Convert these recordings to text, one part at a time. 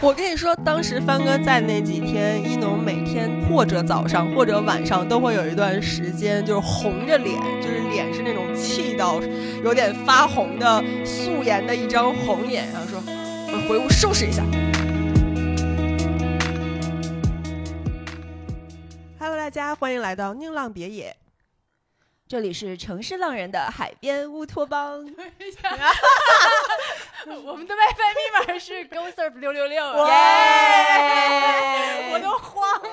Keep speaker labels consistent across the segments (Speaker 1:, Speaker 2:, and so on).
Speaker 1: 我跟你说，当时帆哥在那几天，一农每天或者早上或者晚上都会有一段时间，就是红着脸，就是脸是那种气到有点发红的素颜的一张红脸，然后说：“我回屋收拾一下。” Hello，大家欢迎来到宁浪别野。
Speaker 2: 这里是城市浪人的海边乌托 邦。
Speaker 3: 我们的 WiFi 密码是 GoSurf 六六六，
Speaker 2: 耶
Speaker 3: 我都慌了。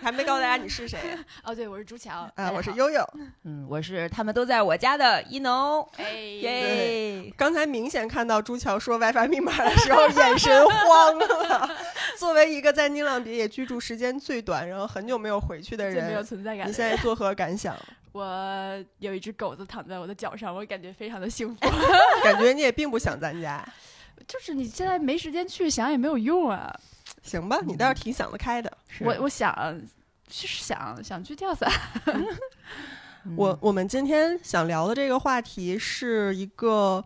Speaker 1: 还没告诉大家你是谁
Speaker 3: 哦，对，我是朱乔，
Speaker 1: 啊？我是
Speaker 3: 优，
Speaker 1: 悠悠。
Speaker 2: 嗯，我是他们都在我家的一农。
Speaker 3: 哎，
Speaker 2: 耶！
Speaker 1: 刚才明显看到朱乔说 WiFi 密码的时候，眼神慌了。作为一个在宁浪别野居住时间最短，然后很久没有回去的
Speaker 3: 最没有
Speaker 1: 人，
Speaker 3: 存在感
Speaker 1: 你
Speaker 3: 的
Speaker 1: 现在作何感想？
Speaker 3: 我有一只狗子躺在我的脚上，我感觉非常的幸福。
Speaker 1: 感觉你也并不想咱家，
Speaker 3: 就是你现在没时间去想也没有用啊。
Speaker 1: 行吧？你倒是挺想得开的。
Speaker 3: 我我想是想想去跳 伞，
Speaker 2: 嗯
Speaker 1: 我我们今天想聊的这个话题是一个。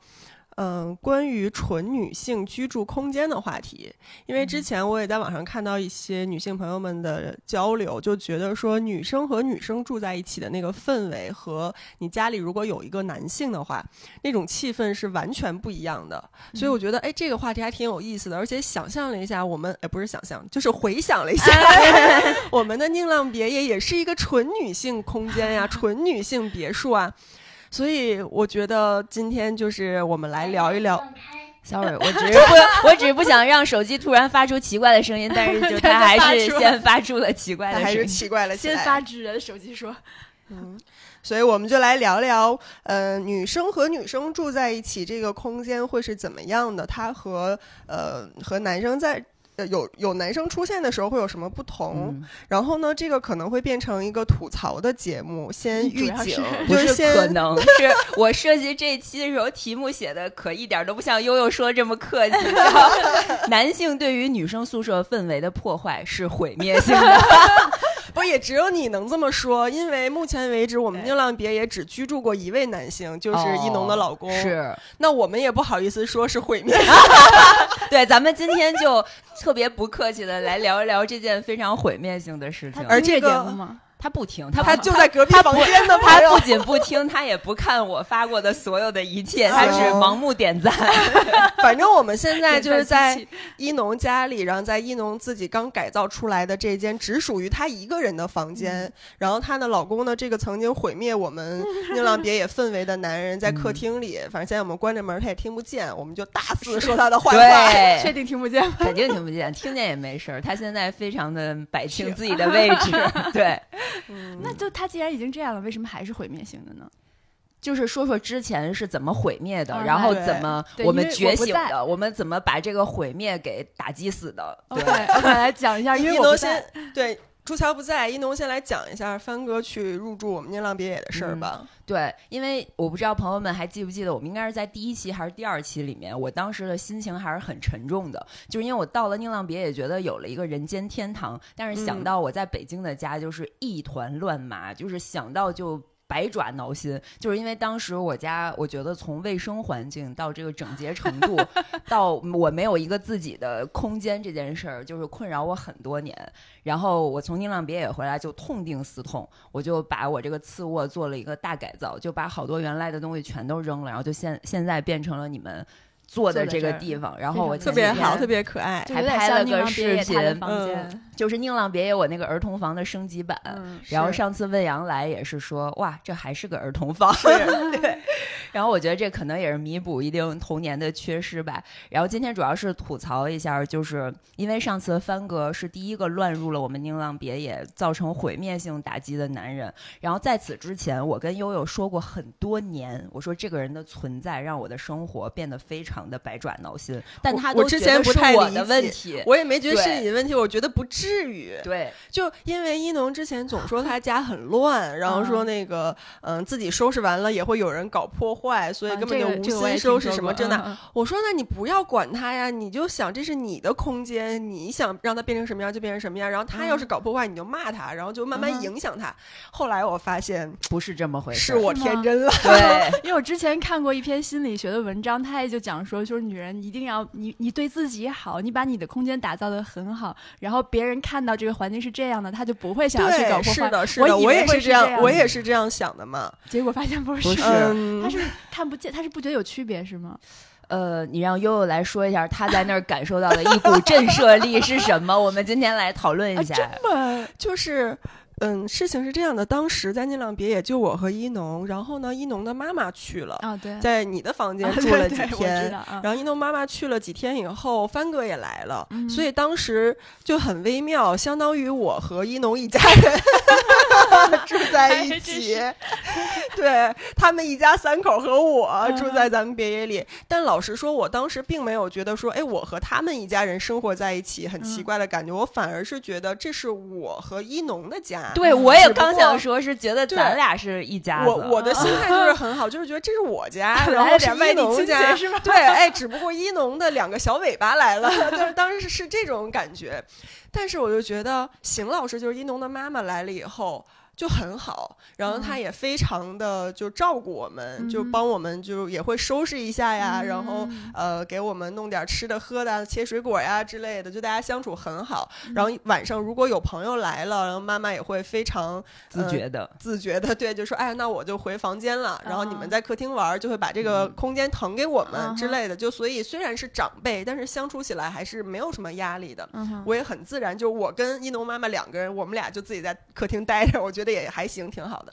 Speaker 1: 嗯，关于纯女性居住空间的话题，因为之前我也在网上看到一些女性朋友们的交流，就觉得说女生和女生住在一起的那个氛围，和你家里如果有一个男性的话，那种气氛是完全不一样的。所以我觉得，哎，这个话题还挺有意思的，而且想象了一下，我们哎不是想象，就是回想了一下， 我们的宁浪别野也是一个纯女性空间呀、纯女性别墅啊。所以我觉得今天就是我们来聊一聊，
Speaker 2: Sorry，我 只是不，我只是不想让手机突然发出奇怪的声音，但是 就它还是先发出了奇怪
Speaker 1: 它
Speaker 2: 的
Speaker 1: 还是
Speaker 2: 声音。
Speaker 1: 奇怪了起
Speaker 3: 先
Speaker 1: 来。
Speaker 3: 发制人，手机说
Speaker 1: 所以我们就来聊聊，呃，女生和女生住在一起这个空间会是怎么样的？它和呃和男生在。呃，有有男生出现的时候会有什么不同？
Speaker 2: 嗯，
Speaker 1: 然后呢，这个可能会变成一个吐槽的节目，先
Speaker 3: 嗯主
Speaker 1: 预
Speaker 3: 要
Speaker 1: 警，
Speaker 3: 是
Speaker 2: 不
Speaker 1: 就是先
Speaker 2: 可能，是我设计这一期的时候，题目写的可一点都不像悠悠说的这么客气。然后男性对于女生宿舍氛围的破坏是毁灭性的。
Speaker 1: 不也只有你能这么说，因为目前为止我们
Speaker 2: 对
Speaker 1: 宁浪别也只居住过一位男性， 就是一农的老公。
Speaker 2: 哦，是
Speaker 1: 那我们也不好意思说是毁 灭。
Speaker 2: 对，咱们今天就特别不客气的来聊一聊这件非常毁灭性的事情。
Speaker 1: 而这
Speaker 3: 听这
Speaker 1: 个
Speaker 3: 节目吗？
Speaker 2: 他不听，他
Speaker 1: 他
Speaker 2: 不
Speaker 1: 就在隔壁房间的朋
Speaker 2: 他
Speaker 1: 友
Speaker 2: 不，仅不听，他也不看我发过的所有的一切，他只盲目点赞。
Speaker 1: 反正我们现在就是在
Speaker 3: 点赞机器
Speaker 1: 一农家里，然后在一农自己刚改造出来的这间只属于她一个人的房间，然后她的老公呢，这个曾经毁灭我们宁浪别野氛围的男人，在客厅里，反正现在我们关着门，他也听不见，我们就大肆说他的坏话。
Speaker 3: 确
Speaker 2: 对，
Speaker 3: 定听不见吗？
Speaker 2: 肯定听不见，听见也没事儿。他现在非常的摆清自己的位置，对，
Speaker 1: 嗯
Speaker 3: 那就他既然已经这样了，为什么还是毁灭性的呢？
Speaker 2: 就是说说之前是怎么毁灭的，
Speaker 3: 嗯
Speaker 2: 然后
Speaker 1: 对
Speaker 2: 怎么
Speaker 3: 对
Speaker 2: 我
Speaker 3: 因
Speaker 2: 们
Speaker 3: 为
Speaker 2: 觉
Speaker 3: 我不
Speaker 2: 醒
Speaker 3: 在
Speaker 2: 的，我们怎么把这个毁灭给打击死的。
Speaker 3: OK，我 们来讲一下，因为
Speaker 1: 一
Speaker 3: 我
Speaker 1: 农
Speaker 3: 不在
Speaker 1: 先对朱乔不在，一农先来讲一下帆哥去入住我们宁浪别野的事儿吧。
Speaker 2: 对，因为我不知道朋友们还记不记得，我们应该是在第一期还是第二期里面，我当时的心情还是很沉重的，就是因为我到了宁浪别也觉得有了一个人间天堂，但是想
Speaker 1: 嗯
Speaker 2: 到我在北京的家就是一团乱麻，就是想到就。百爪挠心，就是因为当时我家，我觉得从卫生环境到这个整洁程度，到我没有一个自己的空间这件事儿，就是困扰我很多年。然后我从宁浪别野回来就痛定思痛，我就把我这个次卧做了一个大改造，就把好多原来的东西全都扔了，然后就现现在变成了你们坐的
Speaker 3: 坐的
Speaker 2: 这个
Speaker 3: 这儿
Speaker 2: 地方。然后我
Speaker 3: 非
Speaker 1: 特
Speaker 3: 常
Speaker 2: 前
Speaker 1: 别
Speaker 2: 几天
Speaker 1: 好，特别可爱。
Speaker 3: 就
Speaker 2: 还
Speaker 3: 有点
Speaker 2: 拍
Speaker 3: 像
Speaker 2: 了
Speaker 3: 宁嗯
Speaker 2: 个
Speaker 3: 浪别
Speaker 2: 视
Speaker 3: 野他的
Speaker 2: 频
Speaker 3: 房间，
Speaker 2: 就是宁浪别野我那个儿童房的升级版。
Speaker 3: 嗯，
Speaker 2: 呃然后
Speaker 1: 是
Speaker 2: 上次问杨来也是说，哇，这还是个儿童房。 对。然后我觉得这可能也是弥补一定童年的缺失吧。然后今天主要是吐槽一下，就是因为上次帆哥是第一个乱入了我们宁浪别野，造成毁灭性打击的男人。然后在此之前，我跟悠悠说过很多年，我说这个人的存在让我的生活变得非常的百爪挠心，但
Speaker 1: 我
Speaker 2: 他
Speaker 1: 我
Speaker 2: 都
Speaker 1: 之
Speaker 2: 觉
Speaker 1: 前
Speaker 2: 得
Speaker 1: 不
Speaker 2: 是
Speaker 1: 太
Speaker 2: 我
Speaker 1: 理
Speaker 2: 的
Speaker 1: 解
Speaker 2: 问题。
Speaker 1: 我也没觉得是
Speaker 2: 对
Speaker 1: 你的问题，我觉得不至于。
Speaker 2: 对，
Speaker 1: 就因为一农之嗯前总说他家很乱，然后说那个嗯、自己收拾完了也会有人搞破坏，所以
Speaker 3: 啊
Speaker 1: 根本
Speaker 3: 这
Speaker 1: 就
Speaker 3: 个
Speaker 1: 无
Speaker 3: 这个我
Speaker 1: 心
Speaker 3: 也听
Speaker 1: 收拾
Speaker 3: 说
Speaker 1: 什
Speaker 3: 过
Speaker 1: 么这那。
Speaker 3: 嗯嗯
Speaker 1: 我说那你不要管他呀，你就想这是你的空间，你想让他变成什么样就变成什么样。然后他要是搞破坏，你就骂他，然后就慢
Speaker 2: 嗯哼
Speaker 1: 慢影响他。后来我发现
Speaker 2: 不是这么回事
Speaker 1: 是
Speaker 2: 儿。
Speaker 1: 我
Speaker 3: 是吗
Speaker 1: 天真了，
Speaker 2: 对，
Speaker 3: 因为我之前看过一篇心理学的文章，他也就讲说，就是女人一定要你你对自己好，你把你的空间打造的很好，然后别人看到这个环境是这样的，他就不会 想要去搞
Speaker 1: 对，
Speaker 3: 破
Speaker 1: 是
Speaker 3: 坏。
Speaker 1: 的，是
Speaker 3: 我
Speaker 1: 的，
Speaker 3: 以
Speaker 1: 我
Speaker 3: 为
Speaker 1: 也
Speaker 3: 会
Speaker 1: 是
Speaker 3: 是
Speaker 1: 这样，
Speaker 3: 样
Speaker 1: 我
Speaker 3: 的
Speaker 1: 也是这样想的嘛。
Speaker 3: 结果发现不是，
Speaker 2: 不是
Speaker 3: 他
Speaker 1: 嗯，
Speaker 3: 是看不见，他是不觉得有区别是吗？
Speaker 2: 呃，你让悠悠来说一下她在那儿感受到的一股震慑力是什么？我们今天来讨论一下。
Speaker 3: 么
Speaker 1: 啊就是。嗯，事情是这样的，当时在那辆别野就我和一农，然后呢，一农的妈妈去了，
Speaker 3: 啊，对，
Speaker 1: 呃在你的 房间
Speaker 3: 啊
Speaker 1: 住
Speaker 3: 对
Speaker 1: 了几
Speaker 3: 对我
Speaker 1: 天，
Speaker 3: 知道
Speaker 2: 嗯
Speaker 3: 啊，
Speaker 1: 然后一农妈妈去了几天以后，帆哥也来了，
Speaker 3: 嗯
Speaker 1: 所以当时就很微妙，相当于我和一农一家 人住在一起。
Speaker 2: 哎
Speaker 1: 对他们一家三口和我
Speaker 2: 嗯
Speaker 1: 住在咱们别野里，但老实说，我当时并没有觉得说，哎，我和他们一家人生活在一起很奇
Speaker 3: 嗯
Speaker 1: 怪的感觉，我反而是觉得这是我和一农的家。
Speaker 2: 对，我也
Speaker 1: 只不
Speaker 2: 刚
Speaker 1: 过
Speaker 2: 想说，是觉得
Speaker 1: 嗯对
Speaker 2: 咱俩是一家子。
Speaker 1: 我我 的心态就是很好，就是觉得这是我家，然
Speaker 2: 来了
Speaker 1: 后是
Speaker 2: 点外
Speaker 1: 一
Speaker 2: 地
Speaker 1: 农
Speaker 2: 亲戚
Speaker 1: 家，
Speaker 2: 是 吧？
Speaker 1: 对，哎，只不过一农的两个小尾巴来了，就是当时是这种感觉。但是我就觉得邢老师就是一农的妈妈来了以后就很好，然后她也非常的就照顾我们，就
Speaker 3: 嗯
Speaker 1: 帮我们就也会收拾一下呀，然后
Speaker 3: 嗯
Speaker 1: 呃给我们弄点吃的喝的，啊切水果呀之类的，就大家相处很好。
Speaker 3: 嗯
Speaker 1: 然后晚上如果有朋友来了，然后妈妈也会非常
Speaker 2: 自
Speaker 1: 呃
Speaker 2: 觉的，
Speaker 1: 自觉的对，就说哎，那我就回房间了，然后你
Speaker 3: 啊
Speaker 1: 们在客厅玩儿，就会把这个空间腾给我们之
Speaker 3: 嗯哼
Speaker 1: 类的。就所以虽然是长辈，但是相处起来还是没有什么压力的。
Speaker 3: 嗯哼
Speaker 1: 我也很自然，就是我跟一农妈妈两个人，我们俩就自己在客厅待着，我觉得也还行，挺好的。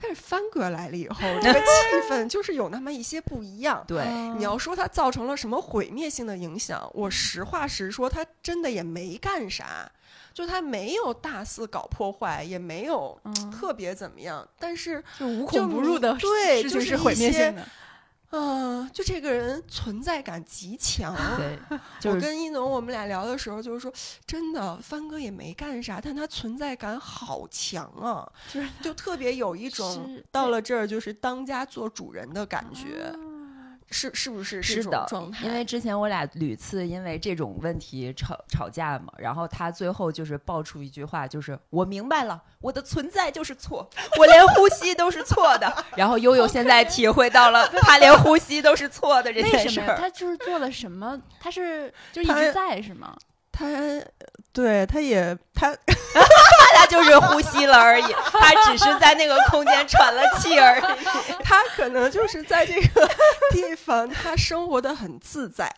Speaker 1: 但是帆哥来了以后，这个 气氛就是有那么一些不一样。
Speaker 2: 对，
Speaker 3: 嗯
Speaker 1: 你要说它造成了什么毁灭性的影响，我实话实说，它真的也没干啥，就它没有大肆搞破坏，也没有
Speaker 3: 嗯
Speaker 1: 特别怎么样，但是，
Speaker 3: 就无
Speaker 1: 就
Speaker 3: 孔不入
Speaker 1: 你
Speaker 3: 的
Speaker 1: 对
Speaker 3: 事
Speaker 1: 就
Speaker 3: 情
Speaker 1: 是
Speaker 3: 是毁
Speaker 1: 一
Speaker 3: 灭
Speaker 1: 些
Speaker 3: 性的，
Speaker 1: 嗯、就这个人存在感极强。
Speaker 2: 对，就
Speaker 1: 啊我
Speaker 2: 是
Speaker 1: 跟一农我们俩聊的时候，就是说，真的，帆哥也没干啥，但他存在感好强啊，
Speaker 3: 就是
Speaker 1: 就特别有一种
Speaker 3: 是
Speaker 1: 到了这儿就是当家做主人的感
Speaker 3: 哦
Speaker 1: 觉，是是不是这
Speaker 2: 是
Speaker 1: 种
Speaker 2: 的
Speaker 1: 状，态？
Speaker 2: 因为之前我俩屡次因为这种问题吵吵架嘛，然后他最后就是爆出一句话，就是我明白了，我的存在就是错， 我连呼吸都是错 的。然后悠悠现在体会到了，他连呼吸都是错的这
Speaker 3: 为
Speaker 2: 件
Speaker 3: 什
Speaker 2: 事
Speaker 3: 么呀？
Speaker 2: 儿。
Speaker 3: 他就是做了什么？他是就一
Speaker 1: 他
Speaker 3: 直在是吗？
Speaker 1: 他对他也他
Speaker 2: 他就是呼吸了而已，他只是在那个空间喘了气而已。
Speaker 1: 他可能就是在这个地方，他生活的很自在，，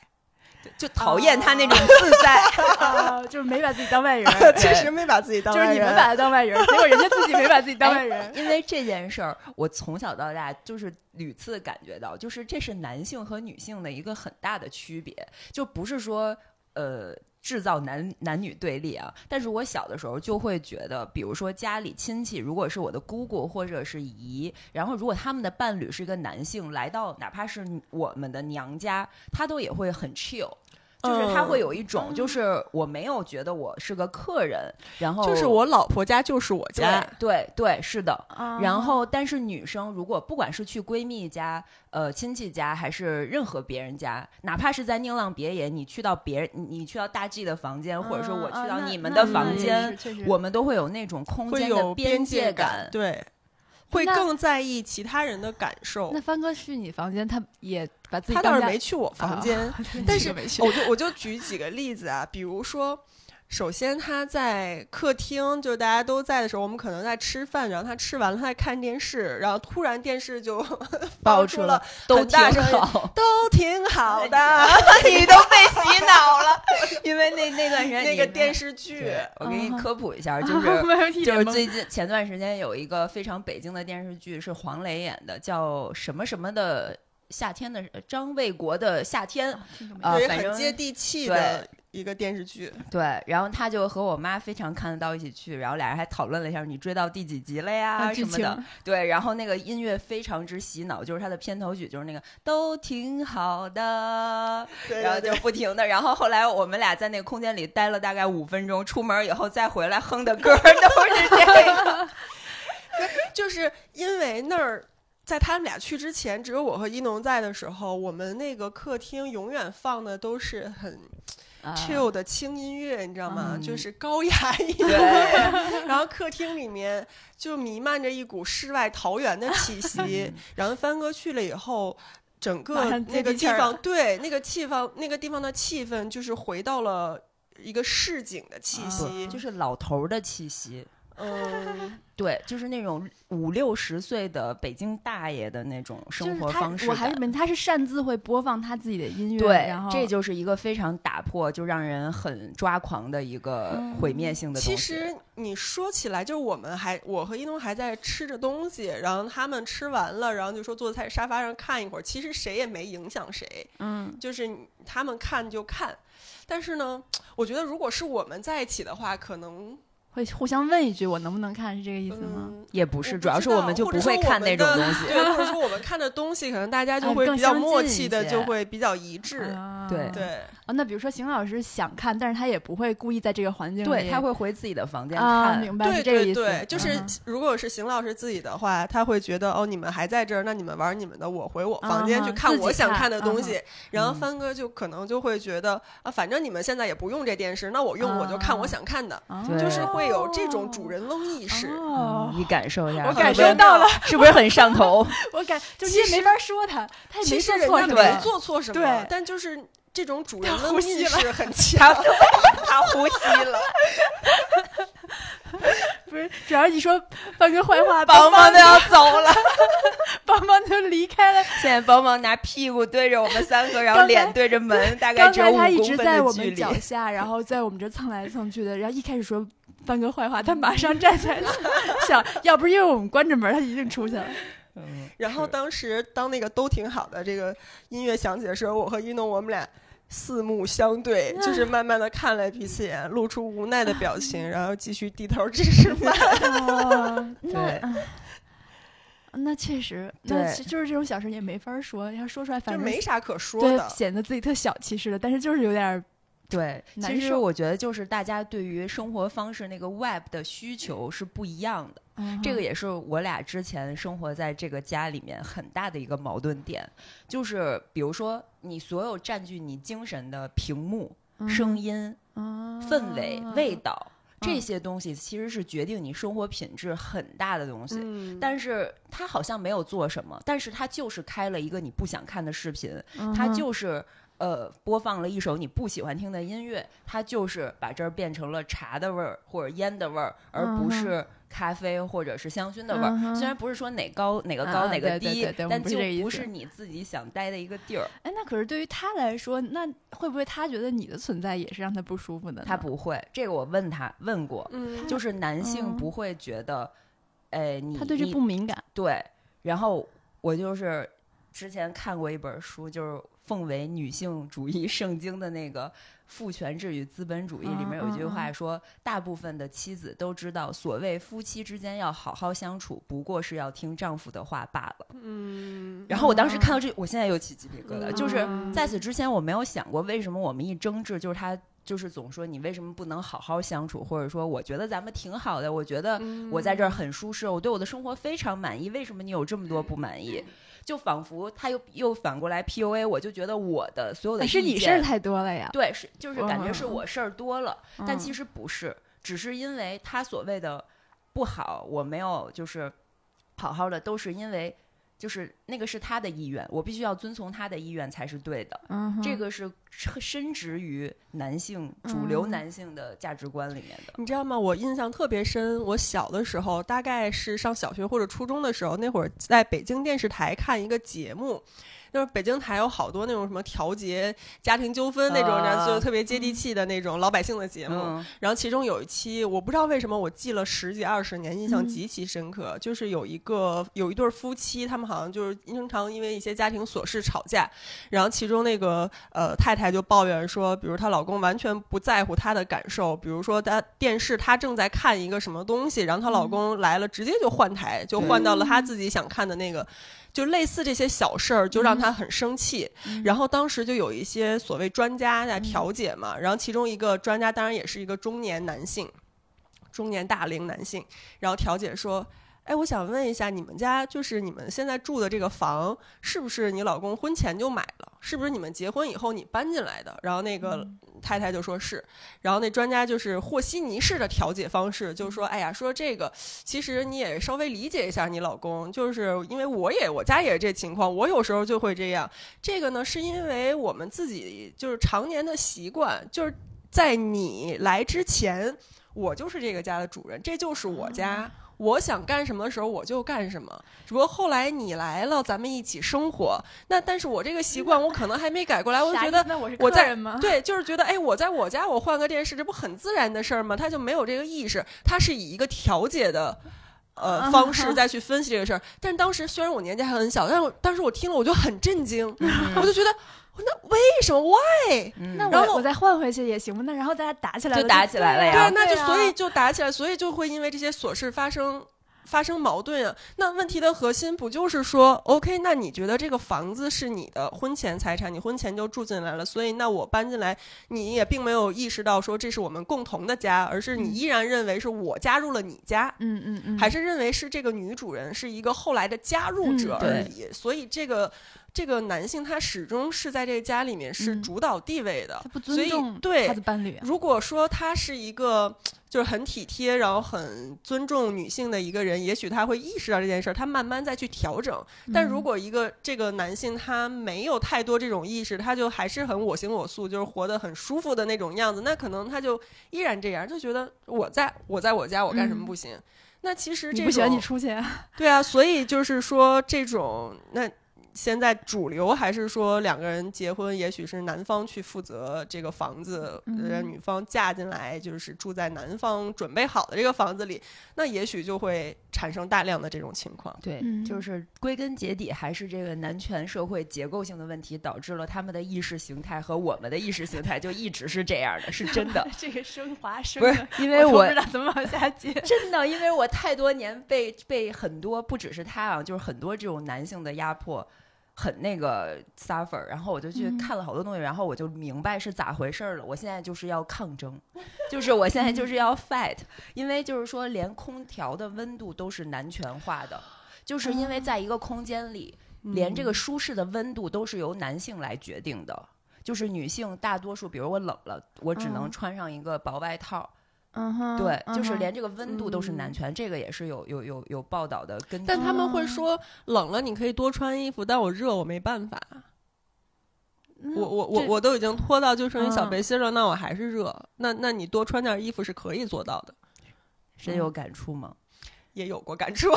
Speaker 2: 就讨厌他那种自在，
Speaker 3: 啊，就是没把自己当 外人
Speaker 1: 确实没把自己当
Speaker 3: 哎就是
Speaker 1: 外
Speaker 3: 你们
Speaker 1: 人。
Speaker 3: 把他当外人，结果人家自己没把自己当外
Speaker 2: 哎
Speaker 3: 人。
Speaker 2: 因为这件事儿，我从小到大就是屡次感觉到，就是这是男性和女性的一个很大的区别，就不是说呃。制造男男女对立啊！但是我小的时候就会觉得，比如说家里亲戚，如果是我的姑姑或者是姨，然后如果他们的伴侣是一个男性，来到哪怕是我们的娘家，他都也会很 chill，就是他
Speaker 1: 嗯
Speaker 2: 会有一种，就是我没有觉得我是个客人，然后哎
Speaker 1: 就是我老婆家就是我家，
Speaker 2: 哦对对对是的，
Speaker 3: 啊
Speaker 2: 然后，但是女生如果不管是去闺蜜家、呃亲戚家，还是任何别人家，哪怕是在宁浪别野，你去到别人，你你去到大 G 的房间，或者
Speaker 3: 嗯
Speaker 2: 说我去
Speaker 3: 啊哦
Speaker 2: 到你们的房间，，我们都会有那种空
Speaker 1: 会
Speaker 2: 间
Speaker 1: 有
Speaker 2: 的边
Speaker 1: 界
Speaker 2: 感。
Speaker 1: 对，会
Speaker 3: 那
Speaker 1: 更在意其他人的感受
Speaker 3: 那。帆哥去你房间，他也把自己
Speaker 1: 他倒是没去我
Speaker 2: 哦
Speaker 1: 房间， 但是
Speaker 3: 没去
Speaker 1: 我就我就举几个例子啊，比如说。首先，他在客厅，就是大家都在的时候，我们可能在吃饭，然后他吃完了，他在看电视，然后突然电视就
Speaker 2: 爆
Speaker 1: 出
Speaker 2: 出
Speaker 1: 了
Speaker 2: 了，哎都
Speaker 1: 很大
Speaker 2: 挺
Speaker 1: 声
Speaker 2: 好，
Speaker 1: 都挺好的
Speaker 2: 你都被洗脑了， 因为那那段时 间
Speaker 1: 那个电
Speaker 2: 视
Speaker 1: 视剧，
Speaker 2: 哎对，我给你
Speaker 3: 嗯
Speaker 2: 科普一 下，就
Speaker 3: 就是是
Speaker 2: 就是最近前段时间有一个非常北京的电视剧，是黄磊演的，叫什么什么的夏天的呃张卫国的夏天。啊
Speaker 1: 对，
Speaker 2: 反
Speaker 1: 很
Speaker 2: 正
Speaker 1: 接地气的一个电视剧。
Speaker 2: 对，然后他就和我妈非常看得到一起去，然后俩人还讨论了一下你追到第几集了呀什
Speaker 3: 啊剧
Speaker 2: 么
Speaker 3: 情
Speaker 2: 的。对，然后那个音乐非常之洗脑，就是它的片头曲就是那个都挺好的，
Speaker 1: 对
Speaker 2: 然后
Speaker 1: 对
Speaker 2: 就
Speaker 1: 对，
Speaker 2: 不停的。然后后来我们俩在那个空间里待了大概五分钟，出门以后再回来 哼的歌儿都是这个。
Speaker 1: 就是因为那儿在他们俩去之前，只有我和一农在的时候，我们那个客厅永远放的都是很
Speaker 2: 啊
Speaker 1: chill 的轻音乐，你知道吗？
Speaker 2: 嗯
Speaker 1: 就是高压音
Speaker 2: 对
Speaker 1: 乐。 然后客厅里面就弥漫着一股世外桃源的气 息。然后帆哥去了以后，整
Speaker 3: 马
Speaker 1: 个
Speaker 3: 上接
Speaker 1: 那个
Speaker 3: 地
Speaker 1: 地
Speaker 3: 气儿
Speaker 1: 方
Speaker 3: 了，
Speaker 1: 对那个气氛，那个地方的气氛就是回到了一个市井的
Speaker 3: 啊
Speaker 1: 气息
Speaker 2: 不，就是老头儿的气息。
Speaker 1: 嗯，
Speaker 2: 对，就是那种五六十岁的北京大爷的那种
Speaker 3: 就是
Speaker 2: 生活
Speaker 3: 他
Speaker 2: 方，式
Speaker 3: 我
Speaker 2: 感。
Speaker 3: 还是没，他是擅自会播放他自己的音乐，
Speaker 2: 对
Speaker 3: 然后，
Speaker 2: 这就是一个非常打破，就让人很抓狂的一个
Speaker 3: 嗯
Speaker 2: 毁灭性的东
Speaker 1: 其
Speaker 2: 西。
Speaker 1: 实你说起来，就是我们还我和一农还在吃着东西，然后他们吃完了，然后就说坐在沙发上看一会儿。其实谁也没影响谁，
Speaker 3: 嗯，
Speaker 1: 就是你他们看就看。但是呢，我觉得如果是我们在一起的话，可能
Speaker 3: 会互相问一句我能不能看，是这个意思吗？
Speaker 1: 嗯。
Speaker 2: 也不是，
Speaker 1: 我
Speaker 2: 主要
Speaker 1: 知
Speaker 2: 是我
Speaker 1: 道
Speaker 2: 们就
Speaker 1: 或
Speaker 2: 不
Speaker 1: 者
Speaker 2: 会
Speaker 1: 说我
Speaker 2: 看
Speaker 1: 们
Speaker 2: 那种
Speaker 1: 的
Speaker 2: 东西。
Speaker 1: 对，或者说我们看的东西，可能 大家就
Speaker 3: 啊
Speaker 1: 会
Speaker 3: 更
Speaker 1: 比较
Speaker 3: 相
Speaker 1: 默
Speaker 3: 近一
Speaker 1: 契的，就
Speaker 2: 些
Speaker 1: 会比较一致。
Speaker 3: 啊
Speaker 2: 对
Speaker 1: 对，
Speaker 3: 啊，那比如说邢老师想看，但是他也不会故意在这个环境里，
Speaker 2: 对，他会回自己的房间
Speaker 3: 啊，
Speaker 2: 看。嗯
Speaker 3: 明白
Speaker 1: 对
Speaker 3: 是这个
Speaker 1: 对
Speaker 3: 意思，
Speaker 1: 对，就是
Speaker 3: 嗯
Speaker 1: 如果是邢老师自己的话，他会觉得哦，你们还在这儿，那你们玩你们的，我回我房间
Speaker 3: 嗯
Speaker 1: 去
Speaker 3: 哼
Speaker 1: 看
Speaker 3: 自己
Speaker 1: 我想
Speaker 3: 看
Speaker 1: 看的东
Speaker 3: 嗯
Speaker 1: 西。然后
Speaker 2: 嗯
Speaker 1: 帆哥就可能就会觉得啊，反正你们现在也不用这电视，那我用我就看我
Speaker 3: 啊
Speaker 1: 想看的，
Speaker 3: 啊
Speaker 2: 对
Speaker 1: 就是会有这种主人翁意识。
Speaker 2: 嗯
Speaker 3: 哦，
Speaker 2: 你感受一下，
Speaker 3: 我
Speaker 2: 很
Speaker 3: 感
Speaker 2: 温
Speaker 3: 受到了，
Speaker 2: 是不是很上头？
Speaker 3: 我感就你
Speaker 1: 其
Speaker 3: 也没法说他，他也
Speaker 1: 其
Speaker 3: 没
Speaker 1: 实
Speaker 3: 做
Speaker 1: 人
Speaker 3: 错
Speaker 1: 家
Speaker 3: 什
Speaker 1: 没
Speaker 3: 么，
Speaker 1: 做错什么
Speaker 3: 对，
Speaker 1: 但就是这种主人
Speaker 3: 他
Speaker 1: 翁
Speaker 3: 呼吸
Speaker 1: 意
Speaker 3: 了
Speaker 1: 识 很强。
Speaker 2: 他呼吸了，
Speaker 3: 不是，主要你说半个坏话，
Speaker 2: 邦邦
Speaker 3: 帮帮
Speaker 2: 都要走了。
Speaker 3: 帮帮就离开了。
Speaker 2: 现在邦邦拿屁股对着我们三个，然后
Speaker 3: 刚才
Speaker 2: 脸对着门，大概
Speaker 3: 刚
Speaker 2: 只有
Speaker 3: 才
Speaker 2: 五
Speaker 3: 他一
Speaker 2: 公
Speaker 3: 直
Speaker 2: 分
Speaker 3: 在
Speaker 2: 的
Speaker 3: 我
Speaker 2: 距
Speaker 3: 们
Speaker 2: 离。
Speaker 3: 脚下，然后在我们这蹭来蹭去的，然后一开始说翻哥坏话，他马上站起来 想，要不是因为我们关着门，他一定出去了。
Speaker 2: 嗯
Speaker 1: 然后
Speaker 2: 是
Speaker 1: 当时当那个都挺好的这个音乐响起的时候，我和一诺我们俩四目相对，就是慢慢的看了彼此一眼，露出无奈的表情，然后继续低头 吃吃饭。
Speaker 3: 哦，那
Speaker 2: 对
Speaker 3: 哎那确实，
Speaker 2: 对
Speaker 3: 那其就是这种小事也没法说，要说出来反
Speaker 1: 就
Speaker 3: 正
Speaker 1: 没啥可说
Speaker 3: 对
Speaker 1: 的，
Speaker 3: 显得自己特小气似的，但是就是有点儿
Speaker 2: 对，
Speaker 3: 难
Speaker 2: 其实
Speaker 3: 受
Speaker 2: 我觉得就是大家对于生活方式那个 web 的需求是不一样的，嗯这个也是我俩之前生活在这个家里面很大的一个矛盾点，就是比如说你所有占据你精神的屏幕、声音、
Speaker 3: 哦
Speaker 2: 氛围、味道这
Speaker 3: 嗯
Speaker 2: 些东西，其实是决定你生活品质很大的东西。
Speaker 1: 嗯
Speaker 2: 但是他好像没有做什么，但是他就是开了一个你不想看的视频，
Speaker 3: 嗯
Speaker 2: 他就是呃播放了一首你不喜欢听的音乐，他就是把这儿变成了茶的味儿或者烟的味儿，而不
Speaker 3: 嗯哼
Speaker 2: 是咖啡或者是香薰的味儿。
Speaker 3: 嗯哼
Speaker 2: 虽然不是说哪高哪个高、
Speaker 3: 嗯嗯
Speaker 2: 哪个
Speaker 3: 对对
Speaker 2: 低，
Speaker 3: 对对我们
Speaker 2: 但
Speaker 3: 不是这个
Speaker 2: 就
Speaker 3: 意
Speaker 2: 不
Speaker 3: 思
Speaker 2: 是你自己想待的一个地儿。
Speaker 3: 哎，那可是对于他来说，那会不会他觉得你的存在也是让他不舒服的呢？
Speaker 2: 他不会，这个我问他问过，
Speaker 1: 嗯
Speaker 2: 就是男性
Speaker 3: 嗯
Speaker 2: 不会觉得，哎，你
Speaker 3: 他对这
Speaker 2: 你
Speaker 3: 不敏感。
Speaker 2: 对，然后我就是之前看过一本书，就是奉为女性主义圣经的那个《父权制与资本主义》，里面有一句
Speaker 3: 嗯
Speaker 2: 话
Speaker 3: 嗯
Speaker 2: 说，大部分的妻子都知道，所谓夫妻之间要好好相处，不过是要听丈夫的话罢了。
Speaker 1: 嗯，
Speaker 2: 然后我当时看到这，我现在又起鸡皮疙瘩，就是
Speaker 3: 嗯
Speaker 2: 在此之前我没有想过，为什么我们一争执，就是他。就是总说你为什么不能好好相处，或者说我觉得咱们挺好的，我觉得我在
Speaker 3: 嗯
Speaker 2: 这儿很舒适，我对我的生活非常满意，为什么你有这么多不满
Speaker 3: 嗯
Speaker 2: 意？就仿佛他又又反过来 PUA，我就觉得我的所有的
Speaker 3: 哎是
Speaker 2: 意
Speaker 3: 你事
Speaker 2: 见
Speaker 3: 儿太多了呀，
Speaker 2: 对，是就是感觉是
Speaker 3: 嗯
Speaker 2: 我事儿多了，但其
Speaker 3: 实
Speaker 2: 实不是，只是因为他所谓的不好，我没有就是好好的，都是因为就是那个是他的意愿，我必须要遵从他的意愿才是对的。
Speaker 3: 嗯
Speaker 2: 这个是深植于男性主流
Speaker 3: 嗯
Speaker 2: 男性的价值观里面的。
Speaker 1: 你知道吗？我印象特别深，我小的时候，大概是上小学或者初中的时候，那会儿在北京电视台看一个节目，就是北京台有好多那种什么调节家庭纠纷那种，然后
Speaker 2: 啊
Speaker 1: 就特别接地气的那种老百姓的节目。
Speaker 2: 嗯
Speaker 1: 然后其中有一期，我不知道为什么我记了十几二十年，印象
Speaker 3: 嗯
Speaker 1: 极其深刻。就是有一个有一对夫妻，他们好像就是经常因为一些家庭琐事吵架，然后其中那个呃太太就抱怨说，比如她老公完全不在乎她的感受，比如说她电视她正在看一个什么东西，然后她老公来了，直接就换台，就
Speaker 2: 对
Speaker 1: 换到了她自己想看的那个。就类似这些小事儿，就让她很生气。
Speaker 3: 嗯
Speaker 1: 然后当时就有一些所谓专家在调解嘛，然后其中一个专家当然也是一个中年男性，中年大龄男性，然后调解说：“哎，我想问一下，你们家就是你们现在住的这个房，是不是你老公婚前就买了？是不是你们结婚以后你搬进来的？然后那个太太就说是，然后那专家就是和稀泥式的调解方式，就说，哎呀，说这个其实你也稍微理解一下你老公，就是因为我也我家也是这情况，我有时候就会这样。这个呢，是因为我们自己就是常年的习惯，就是在你来之前，我就是这个家的主人，这就是我家。我想干什么的时候我就干什么，只不过后来你来了，咱们一起生活。那但是我这个习惯我可能还没改过来，我就觉得
Speaker 3: 那我是
Speaker 1: 我
Speaker 3: 客
Speaker 1: 在
Speaker 3: 人吗？
Speaker 1: 对，就是觉得哎，我在我家我换个电视，这不很自然的事儿吗？他就没有这个意识，他是以一个调解的。
Speaker 3: 嗯
Speaker 1: 呃，方式再去分析这个事儿，但是当时虽然我年纪还很小，但是我当时我听了我就很震惊，
Speaker 3: 嗯
Speaker 1: 我就觉得那为什么 why？
Speaker 2: 嗯
Speaker 3: 那
Speaker 1: 然后
Speaker 3: 我我再换回去也行吗？那然后大家打起来
Speaker 2: 就
Speaker 3: 了
Speaker 2: 打起来了呀
Speaker 3: 对啊
Speaker 1: 对，那就
Speaker 3: 对啊
Speaker 1: 所以就打起来，所以就会因为这些琐事发生发生矛盾啊。那问题的核心不就是说，OK，那你觉得这个房子是你的婚前财产，你婚前就住进来了，所以那我搬进来，你也并没有意识到说这是我们共同的家，而是你
Speaker 3: 嗯
Speaker 1: 依然认为是我加入了你家。
Speaker 3: 嗯嗯嗯，
Speaker 1: 还是认为是这个女主人是一个后来的加入者
Speaker 3: 嗯
Speaker 1: 而
Speaker 2: 对
Speaker 1: 已，所以这个这个男性他始终是在这个家里面是
Speaker 3: 嗯
Speaker 1: 主导地位的
Speaker 3: 他，不
Speaker 1: 所
Speaker 3: 尊
Speaker 1: 以
Speaker 3: 重
Speaker 1: 对
Speaker 3: 他的伴侣啊，
Speaker 1: 如果说他是一个就是很体贴，然后很尊重女性的一个人，也许他会意识到这件事儿，他慢慢再去调整。
Speaker 3: 嗯
Speaker 1: 但如果一个这个男性他没有太多这种意识，他就还是很我行我素，就是活得很舒服的那种样子，那可能他就依然这样，就觉得我在我在我家我干什么
Speaker 3: 嗯
Speaker 1: 不行？那其实
Speaker 3: 你
Speaker 1: 这
Speaker 3: 不喜欢
Speaker 1: 种
Speaker 3: 你出去啊，
Speaker 1: 对啊，所以就是说这种那。现在主流还是说两个人结婚，也许是男方去负责这个房子，
Speaker 3: 嗯
Speaker 1: 呃，女方嫁进来就是住在男方准备好的这个房子里，那也许就会产生大量的这种情况。
Speaker 2: 对，
Speaker 3: 嗯。
Speaker 2: 就是归根结底还是这个男权社会结构性的问题导致了他们的意识形态和我们的意识形态就一直是这样的，是真的
Speaker 3: 这个升 华升
Speaker 2: 不是
Speaker 3: 的
Speaker 2: 因为
Speaker 3: 都
Speaker 2: 我
Speaker 3: 不知道怎么往下接。
Speaker 2: 真的，因为我太多年被被很多不只是他啊，就是很多这种男性的压迫，很那个 suffer。然后我就去
Speaker 3: 嗯
Speaker 2: 看了好多东西，然后我就明白是咋回事儿了。我现在就是要抗争，就是我现在
Speaker 3: 嗯
Speaker 2: 就是要 fight，因为就是说连空调的温度都是男权化的，就是因
Speaker 3: 啊
Speaker 2: 为在一个空间里，
Speaker 3: 嗯
Speaker 2: 连这个舒适的温度都是由男性来决定的。就是女性大多数，比如我冷了，我只能
Speaker 3: 嗯
Speaker 2: 穿上一个薄外套，
Speaker 3: 嗯哼
Speaker 2: 对，就是连这个温度都是
Speaker 1: 嗯
Speaker 2: 男权，这个也是有有有有报道的跟
Speaker 1: 但
Speaker 2: 踪。
Speaker 1: 他们
Speaker 3: 啊
Speaker 1: 会说冷了你可以多穿衣服，但我热我没办法，我我我我都已经脱到就剩一小
Speaker 3: 嗯
Speaker 1: 背心了，那我还是热。那那你多穿点衣服是可以做到的，
Speaker 2: 深有感触吗？
Speaker 1: 也有过感触。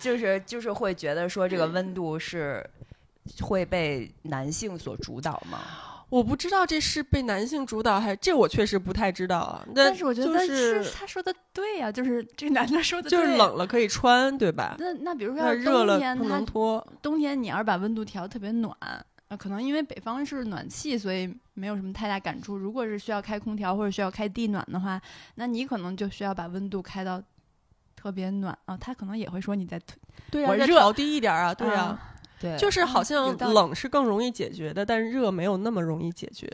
Speaker 2: 就是就是会觉得说这个温度是会被男性所主导吗？
Speaker 1: 我不知道这是被男性主导还这我确实不太知道啊。
Speaker 3: 但
Speaker 1: 是
Speaker 3: 是我觉
Speaker 1: 就是
Speaker 3: 得他说的对呀，就是这个男的说的
Speaker 1: 就是冷。了可以穿，对吧？
Speaker 3: 那那比如说
Speaker 1: 那
Speaker 3: 要
Speaker 1: 热了
Speaker 3: 冬天，
Speaker 1: 不
Speaker 3: 他
Speaker 1: 能脱。
Speaker 3: 冬天你要是把温度调得特别暖，啊，可能因为北方是暖气，所以没有什么太大感触。如果是需要开空调或者需要开地暖的话，那你可能就需要把温度开到特别暖啊。他可能也会说你在推，
Speaker 1: 对呀、
Speaker 3: 我
Speaker 1: 再
Speaker 3: 热
Speaker 1: 调低一点啊，对呀、
Speaker 3: 啊
Speaker 2: 对，
Speaker 1: 就是好
Speaker 3: 有
Speaker 1: 像
Speaker 3: 道理
Speaker 1: 冷是更容易解决的，但是热没有那么容易解决。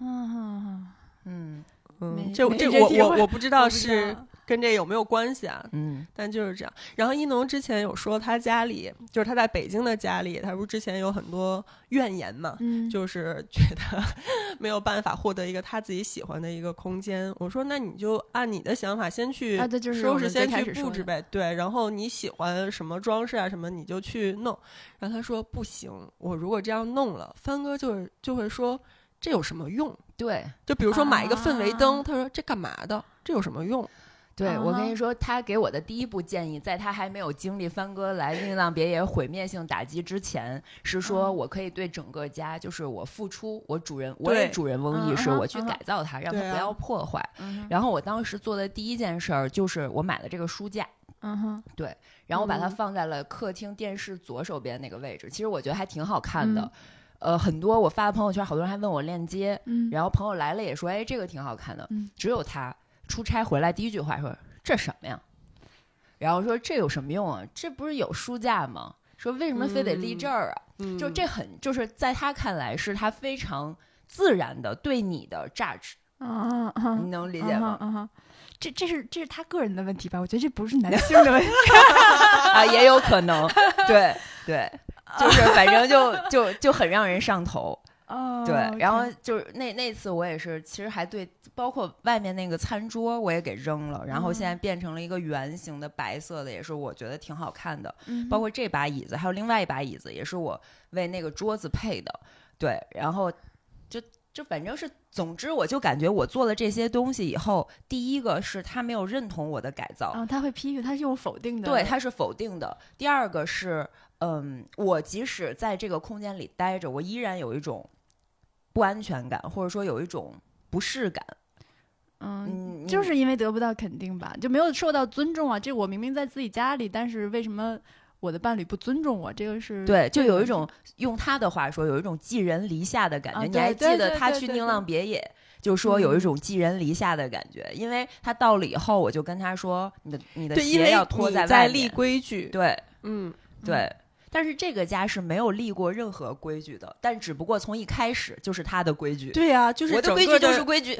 Speaker 3: 嗯，
Speaker 2: 嗯
Speaker 1: 嗯，
Speaker 3: 没
Speaker 1: 这
Speaker 3: 没
Speaker 1: 这
Speaker 3: 这
Speaker 1: 我
Speaker 3: 体会
Speaker 1: 我我不知道
Speaker 3: 我不知
Speaker 1: 是
Speaker 3: 道
Speaker 1: 跟这有没有关系啊，
Speaker 2: 嗯
Speaker 1: 但就是这样。然后一农之前有说他家里，就是他在北京的家里，他不是之前有很多怨言嘛，
Speaker 3: 嗯，
Speaker 1: 就是觉得 没有办法获得一个他自己喜欢的一个空间。我说，那你就按你的想法先去
Speaker 3: 啊对就是
Speaker 1: 收
Speaker 3: 我
Speaker 1: 拾，
Speaker 3: 们最
Speaker 1: 先
Speaker 3: 开
Speaker 1: 去
Speaker 3: 始说
Speaker 1: 布置
Speaker 3: 的
Speaker 1: 呗。对，然后你喜欢什么装饰啊什么，你就去弄。然后他说不行，我如果这样弄了，帆哥就是就会说这有什么用？
Speaker 2: 对
Speaker 1: 就比如说买一个氛围灯，
Speaker 3: 啊
Speaker 1: 他说这干嘛的？这有什么用？
Speaker 2: 对，我跟
Speaker 3: 啊
Speaker 2: 你说，他给我的第一步建议，在他还没有经历帆哥来《音浪别野》毁灭性打击之前，是说
Speaker 3: 嗯
Speaker 2: 我可以对整个家，就是我付出，我主人我也
Speaker 1: 对
Speaker 2: 主人翁意
Speaker 3: 嗯
Speaker 2: 识，
Speaker 3: 嗯哼
Speaker 2: 我去
Speaker 3: 嗯哼
Speaker 2: 改造它，让它
Speaker 1: 对啊
Speaker 2: 不要破坏。
Speaker 3: 嗯
Speaker 2: 然后我当时做的第一件事儿就是我买了这个书架，
Speaker 3: 嗯哼，
Speaker 2: 然后我把它
Speaker 1: 嗯
Speaker 2: 放在了客厅电视左手边那个位置。其实我觉得还挺好看的，呃，很多我发朋友圈，好多人还问我链接，
Speaker 3: 嗯，
Speaker 2: 然后朋友来了也说，哎，这个挺好看的。
Speaker 3: 嗯
Speaker 2: 只有他出差回来第一句话说这什么呀？然后说这有什么用啊？这不是有书架吗？说为什么非得立这儿啊？
Speaker 1: 嗯，
Speaker 2: 就这很就是在他看来是他非常自然的对你的 judge。
Speaker 3: 啊啊
Speaker 2: 你嗯能理解吗？
Speaker 3: 啊哈啊哈这这是这是他个人的问题吧？我觉得这不是男 性的问题。
Speaker 2: 啊，也有可 能，对对，
Speaker 3: 啊
Speaker 2: 就是反正就就就很让人上头，
Speaker 3: 哦
Speaker 2: 对。
Speaker 3: ，OK
Speaker 2: 然后就是那那次我也是，其实还对，包括外面那个餐桌我也给扔了，然后现
Speaker 3: 嗯
Speaker 2: 在变成了一个圆形的白色的，也是我觉得挺好看的。
Speaker 3: 嗯
Speaker 2: 包括这把椅子，还有另外一把椅子，也是我为那个桌子配的。对，然后就就反正是，总之我就感觉我做了这些东西以后，第一个是他没有认同我的改造，
Speaker 3: 啊，他会批评，他是用否定的，
Speaker 2: 对，它是否定的。第二个是，嗯，我即使在这个空间里待着，我依然有一种不安全感，或者说有一种不适感。
Speaker 3: 嗯，
Speaker 2: 嗯
Speaker 3: 就
Speaker 2: 嗯
Speaker 3: 是因为得不到肯定吧，就没有受到尊重啊。这我明明在自己家里，但是为什么我的伴侣不尊重我？这个是
Speaker 2: 对，就
Speaker 3: 这
Speaker 2: 有
Speaker 3: 个
Speaker 2: 一
Speaker 3: 问题
Speaker 2: 种用他的话说，有一种寄人篱下的感觉。
Speaker 3: 啊
Speaker 2: 你
Speaker 3: 对
Speaker 2: 还
Speaker 3: 对
Speaker 2: 记得
Speaker 3: 对
Speaker 2: 他
Speaker 3: 对
Speaker 2: 去
Speaker 3: 对
Speaker 2: 宁
Speaker 3: 对
Speaker 2: 浪别野，就说有一
Speaker 3: 嗯
Speaker 2: 种寄人篱下的感觉，因为他到了以后，我就跟他说，你的你的
Speaker 1: 对，因
Speaker 2: 鞋
Speaker 1: 为
Speaker 2: 要脱
Speaker 1: 你
Speaker 2: 在
Speaker 1: 在
Speaker 2: 外
Speaker 1: 立
Speaker 2: 面。
Speaker 1: 规矩，
Speaker 2: 对
Speaker 1: 嗯，
Speaker 2: 对。但是这个家是没有立过任何规矩的，但只不过从一开始就是他的规矩。
Speaker 1: 对呀、就是
Speaker 2: 我的
Speaker 1: 整
Speaker 2: 规
Speaker 1: 个
Speaker 2: 矩就
Speaker 1: 的
Speaker 2: 是规矩，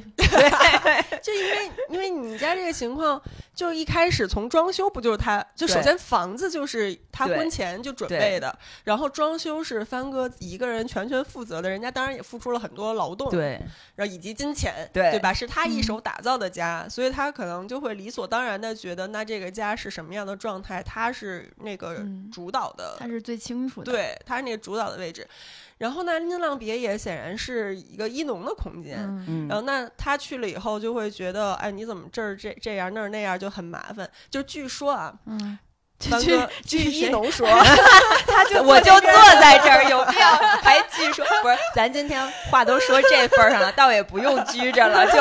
Speaker 1: 就因为因为你家这个情况，就一开始从装修不就是他，就首
Speaker 2: 对
Speaker 1: 先房子就是他
Speaker 2: 对
Speaker 1: 婚前就准
Speaker 2: 对
Speaker 1: 备的，然后装修是帆哥一个人全权负责的，人家当然也付出了很多劳动，，
Speaker 2: 对
Speaker 1: 然后以及金钱，
Speaker 2: 对嗯
Speaker 1: 吧？是他一手打造的家，所以他可能就会理所当然的觉得，那这个家是什么样的状态，他是那个
Speaker 3: 嗯
Speaker 1: 主导的，
Speaker 3: 他是最清楚的，，
Speaker 1: 对，他是那个主导的位置。然后呢，宁浪别野显然是一个一农的空间，
Speaker 3: 嗯，
Speaker 2: 嗯
Speaker 1: 然后那他去了以后就会觉得，哎，你怎么这儿这这样那儿那样就很麻烦。就据说啊，
Speaker 3: 嗯，
Speaker 1: 帆
Speaker 3: 去
Speaker 1: 哥 据一农说，
Speaker 2: 他就我就坐在这儿， 有必要还据说不是？咱今天话都说这份儿上了，倒也不用拘着了， 就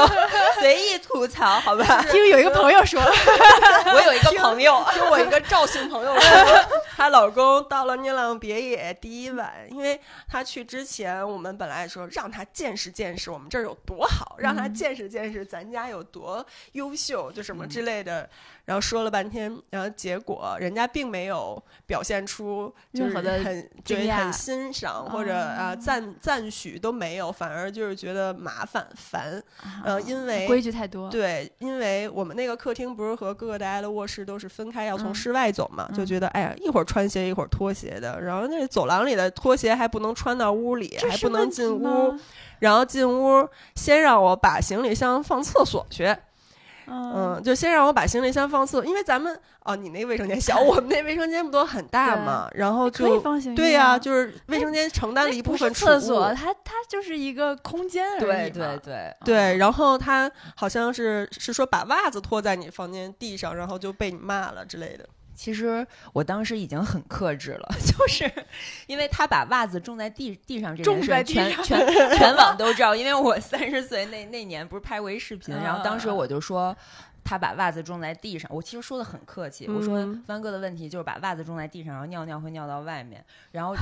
Speaker 2: 随意吐槽，好吧？
Speaker 3: 听有一个朋友说，
Speaker 2: 我有一个朋友，
Speaker 1: 听我一个赵姓朋友说， 她老公到了宁浪别野第一晚，因为她去之前，我们本来说让她见识见识我们这儿有多好，让她
Speaker 3: 嗯
Speaker 1: 见识见识咱家有多优秀，就什么
Speaker 3: 嗯
Speaker 1: 之类的。然后说了半天，然后结果人家并没有表现出就
Speaker 3: 任
Speaker 1: 是
Speaker 3: 何的
Speaker 1: 很
Speaker 3: 惊
Speaker 1: 对
Speaker 3: 讶
Speaker 1: 很欣赏或者
Speaker 3: 哦
Speaker 1: 啊赞赞许都没有，反而就是觉得麻烦烦。呃，因为
Speaker 3: 规矩太多，
Speaker 1: 对，因为我们那个客厅不是和各个大家的卧室都是分开，要从
Speaker 3: 嗯
Speaker 1: 室外走嘛，就
Speaker 3: 嗯
Speaker 1: 觉得哎呀，一会儿穿鞋，一会儿脱鞋的，然后那走廊里的拖鞋还不能穿到屋里，
Speaker 3: 这
Speaker 1: 还
Speaker 3: 是
Speaker 1: 不
Speaker 3: 问
Speaker 1: 能
Speaker 3: 题
Speaker 1: 进屋
Speaker 3: 吗，，
Speaker 1: 然后进屋先让我把行李箱放厕所去，
Speaker 3: 嗯
Speaker 1: 嗯，就先让我把行李箱放厕所，因为咱们哦，你那卫生间小， 我们那卫生间不都很大
Speaker 3: 对
Speaker 1: 嘛，然后
Speaker 3: 可以
Speaker 1: 就
Speaker 3: 放行李
Speaker 1: 对呀、
Speaker 3: 啊
Speaker 1: 就是卫生间承担了
Speaker 3: 那
Speaker 1: 一
Speaker 3: 不
Speaker 1: 部
Speaker 3: 是
Speaker 1: 分储
Speaker 3: 厕
Speaker 1: 物
Speaker 3: 所，它它就是一个空间而已
Speaker 2: 对
Speaker 3: 嘛
Speaker 2: 对对，
Speaker 1: 对，然后他好像是是说把袜子拖在你房间地上，然后就被你骂了之类的。
Speaker 2: 其实我当时已经很克制了， 就是因为他把袜子种在地地上这件
Speaker 3: 种
Speaker 2: 事
Speaker 3: 在
Speaker 2: 儿，
Speaker 3: 地
Speaker 2: 全
Speaker 3: 上
Speaker 2: 全全网都知道。因为我三十岁那那年不是拍过一视频，
Speaker 3: 啊
Speaker 2: 然后当时我就说。他把袜子种在地上，我其实说的很客气，我说
Speaker 1: 嗯
Speaker 2: 帆哥的问题就是把袜子种在地上，然后尿尿会尿到外面。然后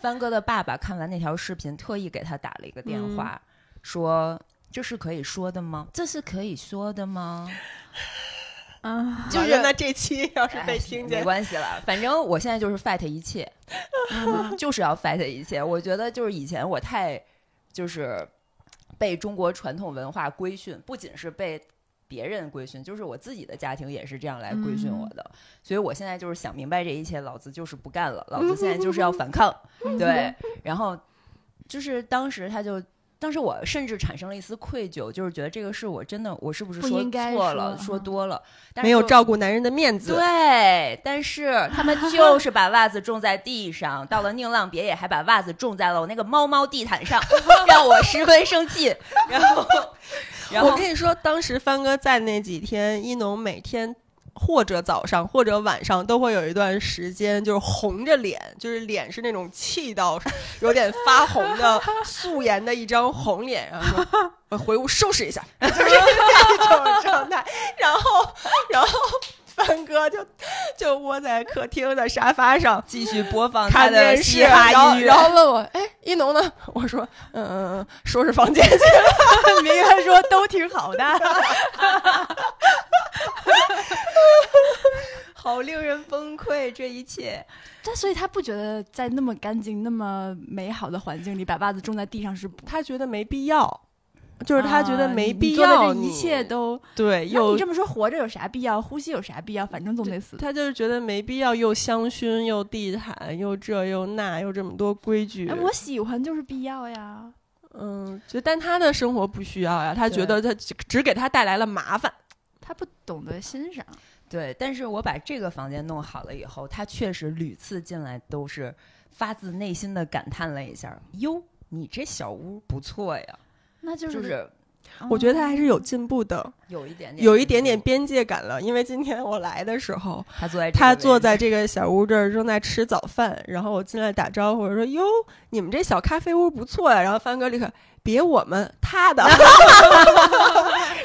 Speaker 2: 帆哥的爸爸看完那条视频，特意给他打了一个电话，说这是可以说的吗？嗯这是可以说的吗？
Speaker 3: 啊，
Speaker 2: 就
Speaker 1: 完
Speaker 2: 是
Speaker 1: 了那这期要是
Speaker 2: 哎
Speaker 1: 被听
Speaker 2: 没
Speaker 1: 见，
Speaker 2: 关系了，反正我现在就是 fight 一切，
Speaker 3: 嗯
Speaker 2: 就是要 fight 一切。我觉得就是以前我太就是被中国传统文化规训，不仅是被别人规训，就是我自己的家庭也是这样来规训我的。
Speaker 3: 嗯
Speaker 2: 所以我现在就是想明白这一切，老子就是不干了，老子现在就是要反抗。
Speaker 3: 嗯
Speaker 2: 对，然后就是当时他就。当时我甚至产生了一丝愧疚，就是觉得这个事我真的我是不是
Speaker 3: 不
Speaker 2: 说
Speaker 3: 应该
Speaker 2: 错
Speaker 3: 说
Speaker 2: 了，
Speaker 3: 嗯
Speaker 2: 说多了，但是
Speaker 1: 没有
Speaker 2: 就
Speaker 1: 照顾男人的面子。
Speaker 2: 对，但是他们 就是把袜子种在地上，到了宁浪别野还把袜子种在了我那个猫猫地 毯上，让我十分生气。然后，然
Speaker 1: 我
Speaker 2: 后
Speaker 1: 跟你说，当时帆哥在那几天，一农每天。或者早上，或者晚上，都会有一段时间，就是红着脸，就是脸是那种气到有点发红的 素颜的一张红脸，然后说：“我回屋收拾一下。” 就是那种状态。然后，然后帆哥就就窝在客厅的沙发上，
Speaker 2: 继续播放他
Speaker 1: 看
Speaker 2: 的
Speaker 1: 电
Speaker 2: 嘻
Speaker 1: 视，
Speaker 2: 哈
Speaker 1: 然后
Speaker 2: 音
Speaker 1: 然后
Speaker 2: 乐。
Speaker 1: 问我， 哎，一农呢？我说，嗯嗯嗯，收拾房间去了。
Speaker 3: 明哥说都挺好的，
Speaker 2: 好令人崩溃，这一切。
Speaker 3: 但所以他不觉得在那么干净、那么美好的环境里把袜子种在地上是不
Speaker 1: 他觉得没必要，就是他觉得
Speaker 3: 啊
Speaker 1: 没
Speaker 3: 你
Speaker 1: 必
Speaker 3: 做的
Speaker 1: 要
Speaker 3: 这
Speaker 1: 你，
Speaker 3: 一切都。
Speaker 1: 对，
Speaker 3: 那
Speaker 1: 又
Speaker 3: 你这么说，活着有啥必要？呼吸有啥必要？反正总得死。
Speaker 1: 他就是觉得没必要，又香薰又地毯又这又那又这么多规矩。
Speaker 3: 哎，我喜欢就是必要呀。
Speaker 1: 嗯，觉得但他的生活不需要呀，他觉
Speaker 2: 对
Speaker 1: 得他只只给他带来了麻烦。
Speaker 3: 他不懂得欣赏，
Speaker 2: 对，但是我把这个房间弄好了以后，他确实屡次进来都是发自内心的感叹了一下：“哟，你这小屋不错呀。
Speaker 3: 那就、
Speaker 2: 就是是
Speaker 3: 哦
Speaker 1: 我觉得他还是有进步的，
Speaker 2: 有一点点，
Speaker 1: 有一点点。边界感了。因为今天我来的时候，
Speaker 2: 他坐在这个
Speaker 1: 他
Speaker 2: 位置
Speaker 1: 坐在这个小屋这儿正在吃早饭，然后我进来打招呼，我说：“哟，你们这小咖啡屋不错呀。”然后帆哥立刻别我们他 的，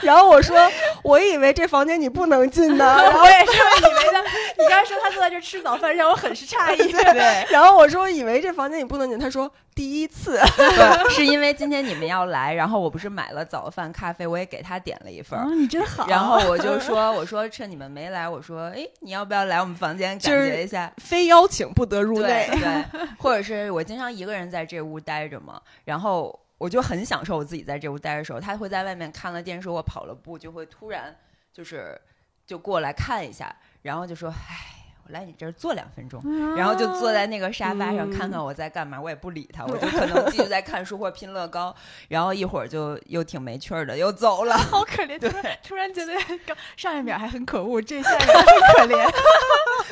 Speaker 1: 然后我说：“我以为这房间你不能进呢。” 然后
Speaker 3: 嗯我也是以为的。你刚才说他坐在这吃早饭，让我很 是诧 异。
Speaker 2: 对，
Speaker 1: 然后我说：“以为这房间你不能进。”他说：“第一次。
Speaker 2: 对， 是因为今天你们要来，然后我不是买了早饭、咖啡，我也给他点了一份儿。
Speaker 3: 哦，你真
Speaker 1: 嗯
Speaker 3: 好。
Speaker 2: 然后我就说，我说趁你们没来，我说，哎，你要不要来我们房间感
Speaker 1: 就是
Speaker 2: 觉一下？”
Speaker 1: 非邀请不得入
Speaker 2: 对
Speaker 1: 内。
Speaker 2: 对，或者是我经常一个人在这屋待着嘛，然后我就很享受我自己在这屋待着的时候。他会在外面看了电视或跑了步，就会突然就是就过来看一下，然后就说：“哎，我来你这儿坐两分钟。”然后就坐
Speaker 3: 啊
Speaker 2: 在那个沙发上，
Speaker 1: 嗯
Speaker 2: 看看我在干嘛，我也不理他，我就可能 继续在看书或拼乐高，然后一会儿就又挺没趣儿的，又走了。
Speaker 3: 好可怜，
Speaker 2: 对
Speaker 3: 突然 突然觉得刚上一秒还很可恶，这 下一秒很可怜。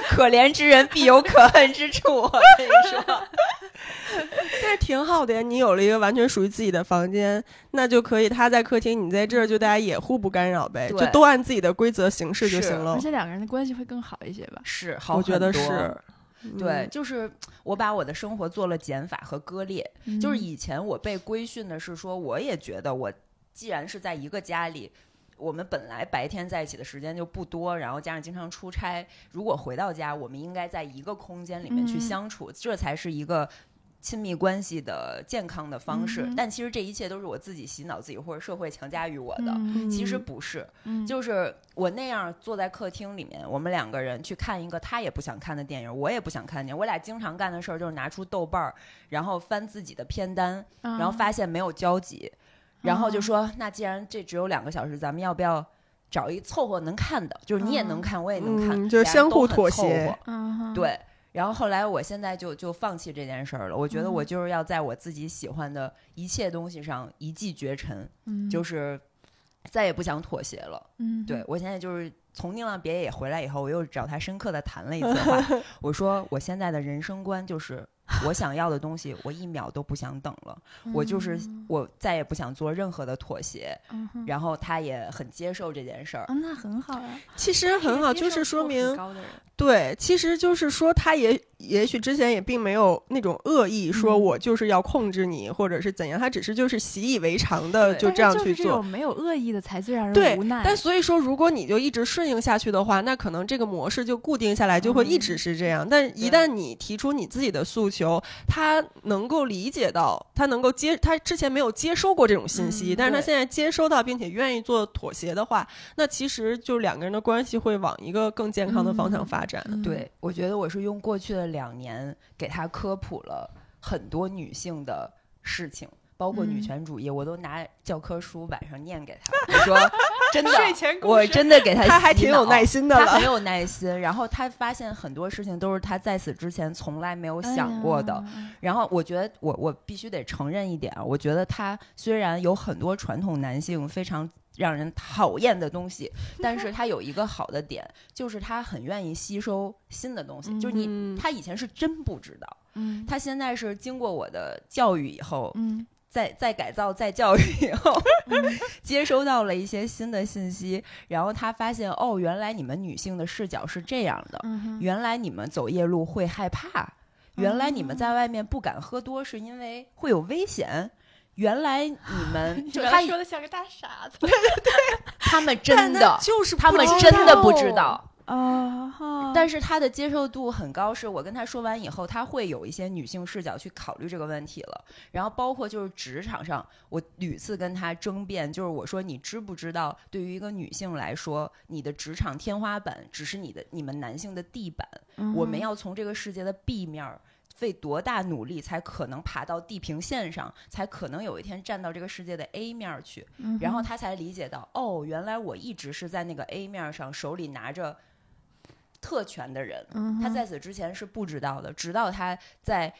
Speaker 2: 可怜之人必有可恨之处，我跟你说。
Speaker 1: 但是挺好的呀，你有了一个完全属于自己的房间，那就可以他在客厅，你在这儿，就大家也互不干扰呗，
Speaker 2: 对
Speaker 1: 就都按自己的规则行事就是行
Speaker 2: 嗯
Speaker 1: 了
Speaker 3: 而。且两个人的关系会更好一些吧？
Speaker 2: 是，好
Speaker 1: 我觉
Speaker 2: 很
Speaker 1: 得
Speaker 2: 多
Speaker 1: 是，
Speaker 2: 对，
Speaker 1: 嗯，
Speaker 2: 就是我把我的生活做了减法和割裂。嗯就是
Speaker 3: 以
Speaker 2: 以前我被规训的是说，我也觉得我既然是在一个家里。我们本来白天在一起的时间就不多，然后加上经常出差，如果回到家，我们应该在一个空间里面去
Speaker 3: 嗯
Speaker 2: 相处，这才是一个亲密关系的健康的方式。
Speaker 3: 嗯
Speaker 2: 但其实这一切都是我自己洗脑自己，或者社会强加于我的。
Speaker 3: 嗯
Speaker 2: 其实不是，
Speaker 3: 嗯
Speaker 2: 就是我那样坐在客厅里面，我们两个人去看一个他也不想看的电影，我也不想看的电影。我俩经常干的事儿就是拿出豆瓣儿，然后翻自己的片单，
Speaker 3: 嗯
Speaker 2: 然
Speaker 1: 嗯
Speaker 2: 后发现没有交集，然后就说那既然这只有两个小时，咱们要不要找一凑合能看的？就是你也能看，我也能看，
Speaker 1: 嗯就是
Speaker 2: 俩人
Speaker 1: 相互
Speaker 2: 都很
Speaker 1: 妥
Speaker 2: 凑合
Speaker 1: 协。
Speaker 3: 嗯哼，
Speaker 2: 对，然后后来我现在就就放弃这件事儿了。我觉得我
Speaker 1: 嗯
Speaker 2: 就是要在我自己喜欢的一切东西上一骑绝尘，
Speaker 3: 嗯
Speaker 2: 就是再也不想妥协了。
Speaker 3: 嗯
Speaker 2: 对我现在就是从宁浪别野回来以后，我又找他深刻的谈了一次 话。我说我现在的人生观就是，我想要的东西，我一秒都不想等了。我就是我再也不想做任何的妥协。
Speaker 3: 嗯哼
Speaker 2: 然后他也很接受这件事儿
Speaker 3: 啊，，那很好呀，
Speaker 1: 其实很好，
Speaker 3: 接
Speaker 1: 就
Speaker 3: 受
Speaker 1: 是说
Speaker 3: 度很
Speaker 1: 明
Speaker 3: 高的人
Speaker 1: 对，其实就是说他也也许之前也并没有那种恶意，说
Speaker 2: 嗯
Speaker 1: 我就是要控制你或者是怎样，他只是就是习以为常的
Speaker 2: 对
Speaker 1: 就这
Speaker 3: 但是
Speaker 1: 样
Speaker 3: 就是
Speaker 1: 去
Speaker 3: 这
Speaker 1: 做。
Speaker 3: 种没有恶意的才最让
Speaker 1: 对
Speaker 3: 人无
Speaker 2: 哎
Speaker 3: 奈。
Speaker 1: 但所以说，如果你就一直顺应下去的话，那可能这个模式就固定下来，就会一
Speaker 2: 嗯
Speaker 1: 直是这样。但一旦你提出你自己的诉求，他能够理解到，他能够接，他之前没有接收过这种信息，
Speaker 3: 嗯
Speaker 1: 但是他
Speaker 2: 对
Speaker 1: 现在接收到并且愿意做妥协的话，那其实就两个人的关系会往一个更健康的方向发展。
Speaker 3: 嗯
Speaker 2: 对，我觉得我是用过去的两年给他科普了很多女性的事情，包括女
Speaker 3: 嗯
Speaker 2: 权主义，我都拿教科书晚上念给他，我 说真的，
Speaker 3: 睡前故
Speaker 2: 我
Speaker 3: 事
Speaker 2: 真的给他洗脑，
Speaker 1: 他还挺有耐心的
Speaker 2: 他
Speaker 1: 了
Speaker 2: 很，有耐心。然后他发现很多事情都是他在此之前从来没有想过的。
Speaker 3: 哎呀
Speaker 2: 然后我觉得我我必须得承认一点啊，我觉得他虽然有很多传统男性非常让人讨厌的东西，但是他有一个好的点，就是他很愿意吸收新的东西。就是你，
Speaker 1: 嗯
Speaker 2: 他以前是真不知道，
Speaker 3: 嗯
Speaker 2: 他现在是经过我的教育以后，
Speaker 3: 嗯
Speaker 2: 再再改造、再教育以后，
Speaker 3: 嗯
Speaker 2: 接收到了一些新的信息，然后他发现哦，原来你们女性的视角是这样的，
Speaker 3: 嗯哼
Speaker 2: 原来你们走夜路会害怕，原来你们在外面不敢喝多是因为会有危险。原来你们就他
Speaker 3: 的像个大傻子
Speaker 2: 他们真的，
Speaker 1: 就是
Speaker 2: 他们
Speaker 3: 知
Speaker 2: 真的不
Speaker 3: 道
Speaker 2: 知道，
Speaker 3: 啊哈，
Speaker 2: 但是他的接受度很高，是我跟他说完以后，他会有一些女性视角去考虑这个问题了。然后包括就是职场上，我屡次跟他争辩，就是我说你知不知道，对于一个女性来说，你的职场天花板只是你的你们男性的地板，
Speaker 3: 嗯哼
Speaker 2: 我们要从这个世界的 B 面儿费多大努力才可能爬到地平线上，才可能有一天站到这个世界的 A 面儿去。
Speaker 3: 嗯
Speaker 2: 然后他才理解到，哦，原来我一直是在那个 A 面上手里拿着特权的人。
Speaker 3: 嗯哼
Speaker 2: 他在此之前是不知道的，直到他在。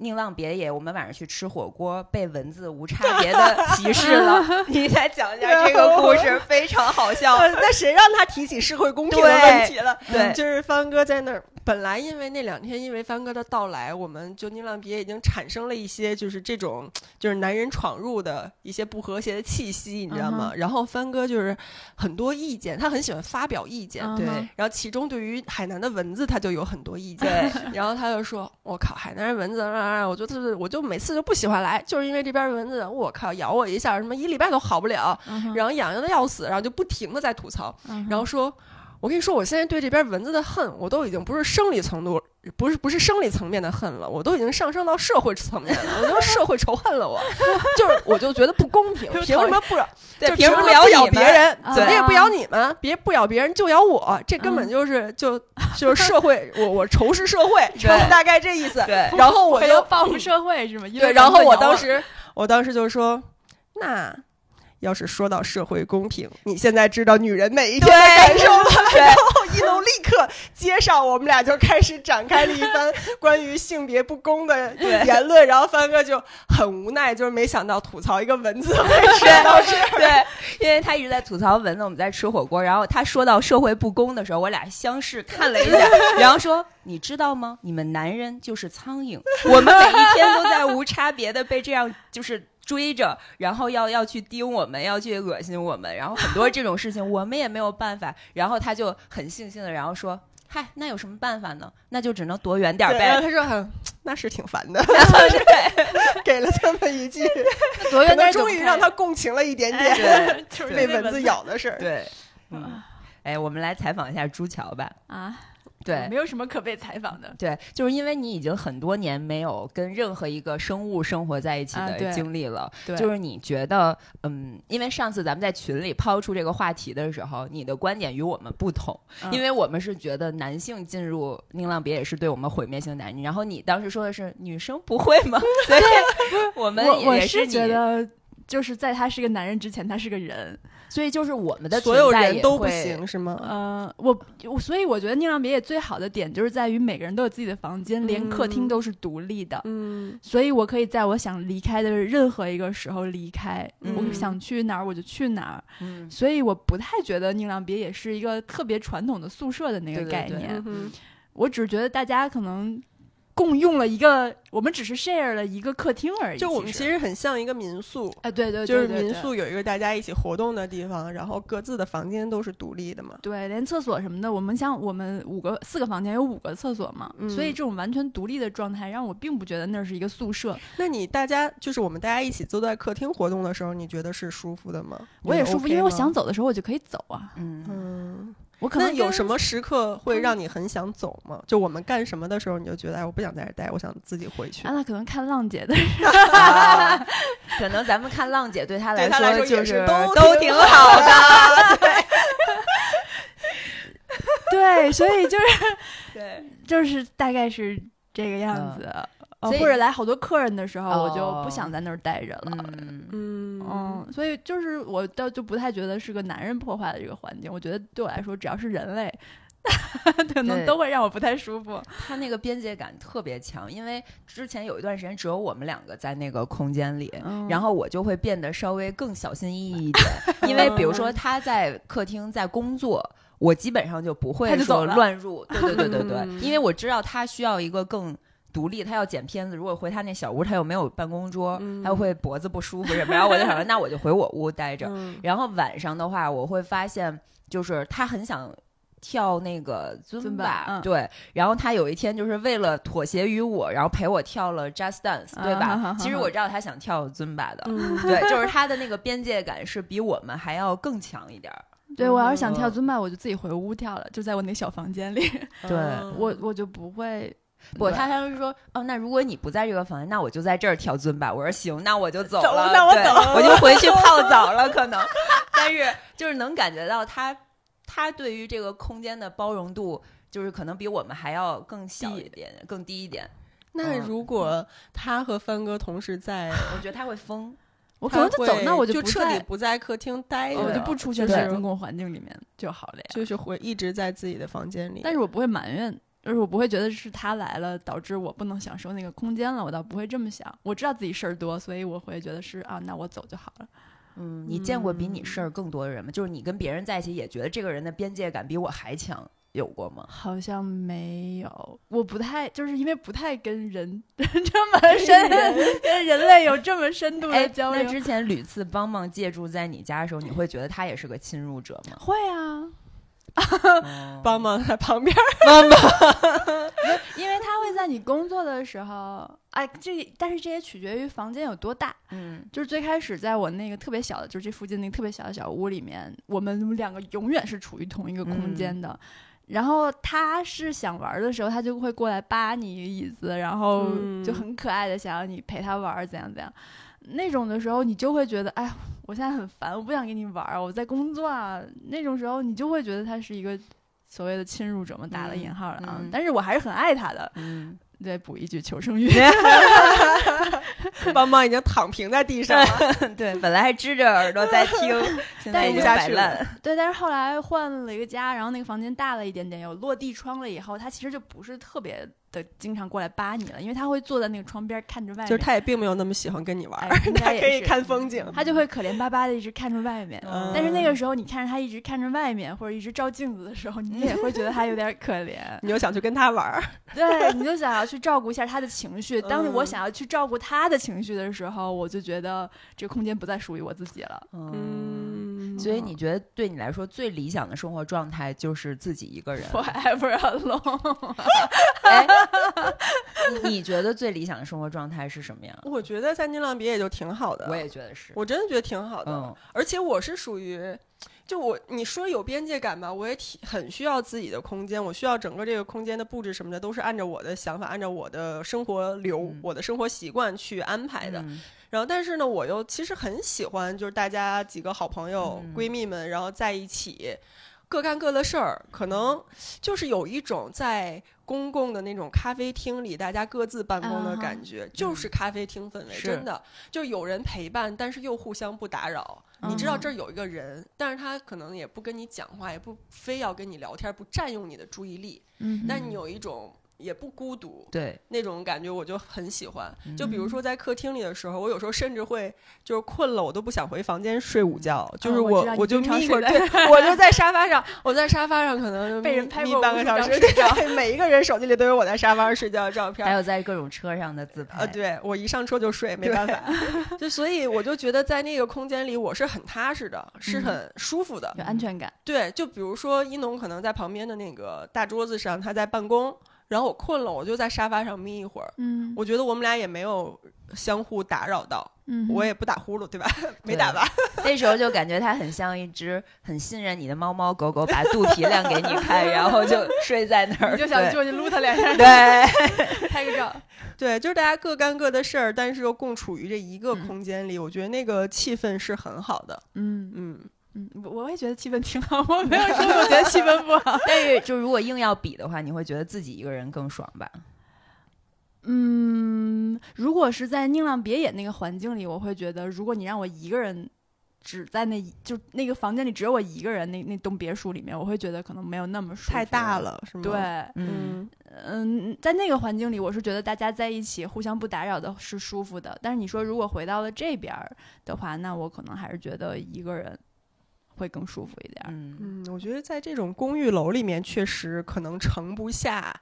Speaker 2: 宁浪别野，我们晚上去吃火锅，被蚊子无差别 的歧视了。你再讲一下这个故事，非常好笑。
Speaker 1: 呃那谁让他提起社会公平的问题了？ 嗯
Speaker 2: 对
Speaker 1: 就是帆哥在那儿，本来因为那两天因为帆哥的到来，我们就宁浪别已经产生了一些就是这种就是男人闯入的一些不和谐的气息，你知道
Speaker 3: 嗯
Speaker 1: 吗？然后帆哥就是很多意见，他很喜欢发表意见。
Speaker 3: 嗯哼
Speaker 2: 对
Speaker 1: 然后其中对于海南的蚊子，他就有很多意见。
Speaker 2: 对，
Speaker 1: 然后他就说：“我靠，海南人蚊子，啊、我就特别我就每次就不喜欢来，就是因为这边蚊子，我靠，咬我一下，什么一礼拜都好不了，
Speaker 3: 嗯哼
Speaker 1: 然后痒痒的要死，然后就不停的在吐槽，
Speaker 3: 嗯哼
Speaker 1: 然后说，我跟你说，我现在对这边蚊子的恨，我都已经不是生理程度，不是不是生理层面的恨了，我都已经上升到社会层面了，我都社会仇恨了我， 就是我就觉得不公平，凭什么不咬？
Speaker 2: 对
Speaker 1: 就凭
Speaker 2: 凭什
Speaker 1: 什么
Speaker 2: 么不
Speaker 1: 不
Speaker 2: 咬
Speaker 1: 咬
Speaker 2: 你
Speaker 1: 别
Speaker 2: 们
Speaker 1: 人？
Speaker 3: 啊
Speaker 1: 怎么也不咬你们，别不咬别人就咬我，这根本就是就就是社会，我我仇视社会，
Speaker 2: 对
Speaker 1: 大概这意思。
Speaker 2: 对
Speaker 1: 然后我
Speaker 3: 我又
Speaker 1: 就
Speaker 3: 报复社会啊是吗？因
Speaker 1: 对，
Speaker 3: 为
Speaker 1: 然后
Speaker 3: 蚊子
Speaker 1: 我
Speaker 3: 咬
Speaker 1: 当时，我当时就说，那要是说到社会公平，你现在知道女人每一天的感受了。然后一农立刻接上，我们俩就开始展开了一 番关于性别不公的言论。然后帆哥就很无奈，就是没想到吐槽一个蚊子会说到这儿。
Speaker 2: 对，因为他一直在吐槽蚊子，我们在吃火锅，然后他说到社会不公的时候，我俩相视看了一下，然后说：“你知道吗？你们男人就是苍蝇，我们每一天都在无差别的被这样就是。”追着，然后要要去盯我们，要去恶心我们，然后很多这种事情我们也没有办法。然后他就很悻悻的，然后说：“嗨，那有什么办法呢？那就只能躲远点儿
Speaker 1: 然后
Speaker 2: 呗。
Speaker 1: 他说很，那是挺烦 的，
Speaker 2: 然后是”
Speaker 1: 给了这么一句，
Speaker 3: 多
Speaker 1: 可
Speaker 3: 远
Speaker 1: 能
Speaker 3: 点
Speaker 1: 终于让他共情了一
Speaker 2: 哎
Speaker 1: 点点，
Speaker 2: 对
Speaker 3: 就是
Speaker 1: 被蚊子咬的事儿。
Speaker 2: 对，嗯，哎，我们来采访一下朱乔吧。
Speaker 3: 啊，
Speaker 2: 对，
Speaker 3: 没有什么可被采访的。
Speaker 2: 对，就是因为你已经很多年没有跟任何一个生物生活在一起
Speaker 3: 啊
Speaker 2: 的
Speaker 3: 对
Speaker 2: 经历了，
Speaker 3: 对
Speaker 2: 就是你觉得，嗯，因为上次咱们在群里抛出这个话题的时候，你的观点与我们不同，
Speaker 3: 嗯
Speaker 2: 因为我们是觉得男性进入宁浪别也是对我们毁灭性男女，然后你当时说的是女生不会吗？ 所以我们
Speaker 3: 我我
Speaker 2: 也是
Speaker 3: 是觉
Speaker 2: 你，
Speaker 3: 得，就是在他是个男人之前，他是个人。
Speaker 2: 所以就是我们的
Speaker 1: 所
Speaker 2: 存
Speaker 1: 有
Speaker 2: 在
Speaker 1: 人
Speaker 2: 也
Speaker 1: 都不
Speaker 2: 会，啊
Speaker 1: 行是吗？
Speaker 3: 呃，我我所以我觉得宁浪别野最好的点就是在于每个人都有自己的房间，连客厅
Speaker 1: 嗯
Speaker 3: 都是独立的。
Speaker 1: 嗯，
Speaker 3: 所以我可以在我想离开的任何一个时候离开，
Speaker 2: 嗯
Speaker 3: 我想去哪儿我就去哪儿。
Speaker 2: 嗯，
Speaker 3: 所以我不太觉得宁浪别野是一个特别传统的宿舍的那
Speaker 2: 对
Speaker 3: 个
Speaker 2: 对
Speaker 3: 概
Speaker 2: 对
Speaker 3: 念。
Speaker 1: 嗯哼
Speaker 3: 我只是觉得大家可能共用了一个，我们只是 share 了一个客厅而已。
Speaker 1: 就我们其
Speaker 3: 实，
Speaker 1: 实很像一个民宿，
Speaker 3: 哎，对对，对
Speaker 1: 就是
Speaker 3: 对
Speaker 1: 民
Speaker 3: 对
Speaker 1: 宿有一个大家一起活动的地方，然后各自的房间都是独立的嘛。
Speaker 3: 对，连厕所什么的，我们像我们五个四个房间有五个厕所嘛，
Speaker 1: 嗯
Speaker 3: 所以这种完全独立的状态，让我并不觉得那是一个宿舍，
Speaker 1: 那你大家就是我们大家一起坐在客厅活动的时候，你觉得是舒服的吗？
Speaker 3: 我也
Speaker 1: 你
Speaker 3: 舒服，
Speaker 1: OK
Speaker 3: 因为我
Speaker 1: 吗
Speaker 3: 想。走的时候我就可以走啊，
Speaker 2: 嗯，
Speaker 1: 嗯，
Speaker 3: 我可
Speaker 1: 那
Speaker 3: 能
Speaker 1: 有
Speaker 3: 跟嗯
Speaker 1: 什么时刻会让你很想走吗？就我们干什么的时候，你就觉得哎，我不想在这儿待，我想自己回去
Speaker 3: 啊，。那可能看 浪姐的，
Speaker 2: 啊可能咱们看浪姐对她
Speaker 1: 对她来说
Speaker 2: 就
Speaker 1: 也是
Speaker 2: 是
Speaker 1: 都
Speaker 2: 都
Speaker 1: 挺
Speaker 2: 挺好的，
Speaker 3: 对，所以就是
Speaker 2: 对。
Speaker 3: 就是大概是这个样
Speaker 2: 嗯
Speaker 3: 子，呃
Speaker 2: 所以
Speaker 3: 或者来好多客人的时候，我就
Speaker 2: 哦
Speaker 3: 不想在那儿待着了。
Speaker 2: 嗯，
Speaker 1: 嗯
Speaker 3: 嗯，所以就是我倒就不太觉得是个男人破坏的这个环境，我觉得对我来说，只要是人类， 可
Speaker 2: 对
Speaker 3: 能都会让我不太舒服。
Speaker 2: 他那个边界感特别强，因为之前有一段时间只有我们两个在那个空间里。
Speaker 3: 嗯
Speaker 2: 然后我就会变得稍微更小心翼 翼一点，因为比如
Speaker 3: 嗯
Speaker 2: 说他在客厅在工作，我基本上就不会
Speaker 3: 他就
Speaker 2: 说
Speaker 3: 走了
Speaker 2: 乱入。对对对对对，
Speaker 1: 嗯
Speaker 2: 因为我知道他需要一个更独立，他要剪片子，如果回他那小屋，他又没有办公桌，
Speaker 1: 嗯
Speaker 2: 他会脖子不舒服什么。然后我就 想说，那我就回我屋待着。
Speaker 1: 嗯
Speaker 2: 然后晚上的话，我会发现，就是他很想跳那个尊
Speaker 3: 尊
Speaker 2: 巴
Speaker 3: 巴，嗯
Speaker 2: 对。然后他有一天就是为了妥协于我，然后陪我跳了 Just Dance，对吧？
Speaker 3: 啊哈哈哈
Speaker 2: 其实我知道他想跳尊巴的，
Speaker 1: 嗯
Speaker 2: 对，就是他的那个边界感是比我们还要更强一点儿。
Speaker 3: 对我要是想跳
Speaker 2: 嗯
Speaker 3: 尊巴，我就自己回屋跳了，就在我那小房间里，
Speaker 2: 对
Speaker 1: 嗯
Speaker 3: 我我就不会。
Speaker 2: 不，
Speaker 3: 对
Speaker 2: 他当时说，哦，那如果你不在这个房间，那我就在这儿跳尊吧。我说行，那我就走
Speaker 1: 走
Speaker 2: 了，
Speaker 1: 那我
Speaker 2: 对
Speaker 1: 走了
Speaker 2: 我就回去泡澡了，可能。但是就是能感觉到他，他对于这个空间的包容度，就是可能比我们还要更小一点，更低一点。
Speaker 1: 那
Speaker 2: 嗯
Speaker 1: 如果他和帆哥同时在，
Speaker 2: 我觉得他会疯。
Speaker 3: 我可能就走，那我
Speaker 1: 就
Speaker 3: 不
Speaker 1: 彻底
Speaker 3: 在，哦
Speaker 1: 不在客厅待着，
Speaker 3: 我就不出现
Speaker 1: 就
Speaker 3: 在
Speaker 1: 是
Speaker 3: 公共环境里面就好了呀。
Speaker 1: 就是会一直在自己的房间里。
Speaker 3: 但是我不会埋怨，就是我不会觉得是他来了导致我不能享受那个空间了，我倒不会这么想。我知道自己事儿多，所以我会觉得是啊，那我走就好了。
Speaker 2: 嗯，你见过比你事儿更多的人吗？就是你跟别人在一起，也觉得这个人的边界感比我还强，有过吗？
Speaker 3: 好像没有，我不太就是因为不太跟人 这么深， 跟人类有这么深度的
Speaker 2: 哎，
Speaker 3: 交
Speaker 2: 那
Speaker 3: 流。
Speaker 2: 之前屡次帮忙借住在你家的时候，你会觉得他也是个侵入者 吗？
Speaker 3: 会啊，
Speaker 2: 嗯
Speaker 1: 帮忙在旁边，
Speaker 3: 因为他会在你工作的时候，哎，这但是这也取决于房间有多大。
Speaker 2: 嗯，
Speaker 3: 就是最开始在我那个特别小的，就是这附近那个特别小的小屋里面，我们两个永远是处于同一个
Speaker 2: 嗯
Speaker 3: 空间的。然后他是想玩的时候，他就会过来扒你椅子，然后
Speaker 1: 嗯
Speaker 3: 就很可爱的想让你陪他玩，怎样怎样。那种的时候，你就会觉得，哎，我现在很烦，我不想跟你玩儿，我在工作啊。那种时候，你就会觉得他是一个所谓的侵入者嘛，打了
Speaker 2: 嗯
Speaker 3: 引号了啊。
Speaker 2: 嗯
Speaker 3: 但是我还是很爱他的。
Speaker 2: 嗯，
Speaker 3: 对，补一句求生欲。
Speaker 1: 帮忙已经躺平在地上了。
Speaker 2: 对，本来还支着耳朵 在听，现在
Speaker 3: 但
Speaker 2: 已经
Speaker 3: 是
Speaker 2: 摆烂。
Speaker 3: 对，但是后来换了一个家，然后那个房间大了一点点，有落地窗了以后，他其实就不是特别的经常过来扒你了，因为他会坐在那个窗边看着外面，
Speaker 1: 就是他也并没有那么喜欢跟你玩，
Speaker 3: 哎
Speaker 1: 儿，
Speaker 3: 应
Speaker 1: 他
Speaker 3: 该也
Speaker 1: 可以
Speaker 3: 是
Speaker 1: 看风景。
Speaker 3: 他就会可怜巴巴的一直看着外面。
Speaker 1: 嗯
Speaker 3: 但是那个时候，你看着他一直看着外面，或者一直照镜子的时候，你也会觉得他有点可怜。
Speaker 1: 你又想去跟他玩儿，
Speaker 3: 对，你就想要去照顾一下他的情绪。当我
Speaker 1: 嗯
Speaker 3: 想要去照顾他的情绪的时候，我就觉得这个空间不再属于我自己了。
Speaker 2: 嗯，所以你觉得对你来说最理想的生活状态就是自己一个人？
Speaker 3: Forever alone，
Speaker 2: 哎，你你觉得最理想的生活状态是什么样？
Speaker 1: 我觉得三金浪别也就挺好的。
Speaker 2: 我也觉得是，
Speaker 1: 我真的觉得挺好的，
Speaker 2: 嗯
Speaker 1: 而且我是属于，就我你说有边界感吧，我也挺很需要自己的空间，我需要整个这个空间的布置什么的都是按照我的想法，按照我的生活流、
Speaker 2: 嗯
Speaker 1: 我的生活习惯去安排的。
Speaker 2: 嗯
Speaker 1: 然后，但是呢，我又其实很喜欢，就是大家几个好朋友、
Speaker 2: 嗯
Speaker 1: 闺蜜们，然后在一起。各干各的事儿，可能就是有一种在公共的那种咖啡厅里，大家各自办公的
Speaker 3: 啊哈
Speaker 1: 感觉，就是咖啡厅氛围，
Speaker 2: 是
Speaker 1: 真的就有人陪伴，但是又互相不打扰。
Speaker 3: 嗯
Speaker 1: 你知道这儿有一个人，但是他可能也不跟你讲话，也不非要跟你聊天，不占用你的注意力，
Speaker 3: 嗯
Speaker 1: 但你有一种也不孤独，
Speaker 2: 对，
Speaker 1: 那种感觉我就很喜欢。就比
Speaker 3: 嗯
Speaker 1: 如说在客厅里的时候，我有时候甚至会就是困了，我都不想回房间睡午觉，就是
Speaker 3: 嗯
Speaker 1: 哦我、
Speaker 3: 我知道你
Speaker 1: 我就
Speaker 3: 经常
Speaker 1: 眯过，
Speaker 3: 睡在
Speaker 1: 对，我就在沙发上，我在沙发上可能就
Speaker 3: 被人
Speaker 1: 眯
Speaker 3: 拍
Speaker 1: 眯
Speaker 3: 过
Speaker 1: 半
Speaker 3: 无
Speaker 1: 个
Speaker 3: 数
Speaker 1: 小
Speaker 3: 张
Speaker 1: 时，
Speaker 3: 睡照
Speaker 1: 对，每一个人手机里都有我在沙发上睡觉的照片
Speaker 2: 还。有在各种车上的自
Speaker 3: 呃
Speaker 2: 拍，
Speaker 1: 啊，对我一上车就睡，没办法， 就所以我就觉得在那个空间里我是很踏实的，是
Speaker 3: 嗯
Speaker 1: 很舒服的。
Speaker 3: 有安全感。
Speaker 1: 对，就比如说一农可能在旁边的那个大桌子上，他在办公，然后我困了，我就在沙发上眯一会儿，
Speaker 3: 嗯
Speaker 1: 我觉得我们俩也没有相互打扰到，
Speaker 3: 嗯
Speaker 1: 我也不打呼噜， 对吧？没打吧？
Speaker 2: 那时候就感觉它很像一只很信任你的猫猫狗狗，把肚皮亮给你看，然后 就睡在那儿，
Speaker 3: 你就想
Speaker 2: 对
Speaker 3: 过去撸他两下，
Speaker 2: 对，
Speaker 3: 拍个照。
Speaker 1: 对，就是大家各干各的事儿，但是又共处于这一个空间里，我觉得那个气氛是很好的。
Speaker 3: 嗯
Speaker 1: 嗯，
Speaker 3: 嗯，我我也觉得气氛挺好，我没有说我觉得气氛不好。
Speaker 2: 但是就如果硬要比的话，你会觉得自己一个人更爽吧？
Speaker 3: 嗯，如果是在宁浪别野那个环境里，我会觉得，如果你让我一个人。只在那一就那个房间里只有我一个人，那那栋别墅里面，我会觉得可能没有那么舒服。
Speaker 1: 太大。了，是吗？
Speaker 3: 对，，
Speaker 2: 嗯，
Speaker 1: 嗯，
Speaker 3: 嗯，在那个环境里，我是觉得大家在一起互相不打扰的是舒服的。但是你说如果回到了这边儿的话，那我可能还是觉得一个人会更舒服一点儿。
Speaker 2: 嗯，
Speaker 1: 嗯，我觉得在这种公寓楼里面，确实可能盛不下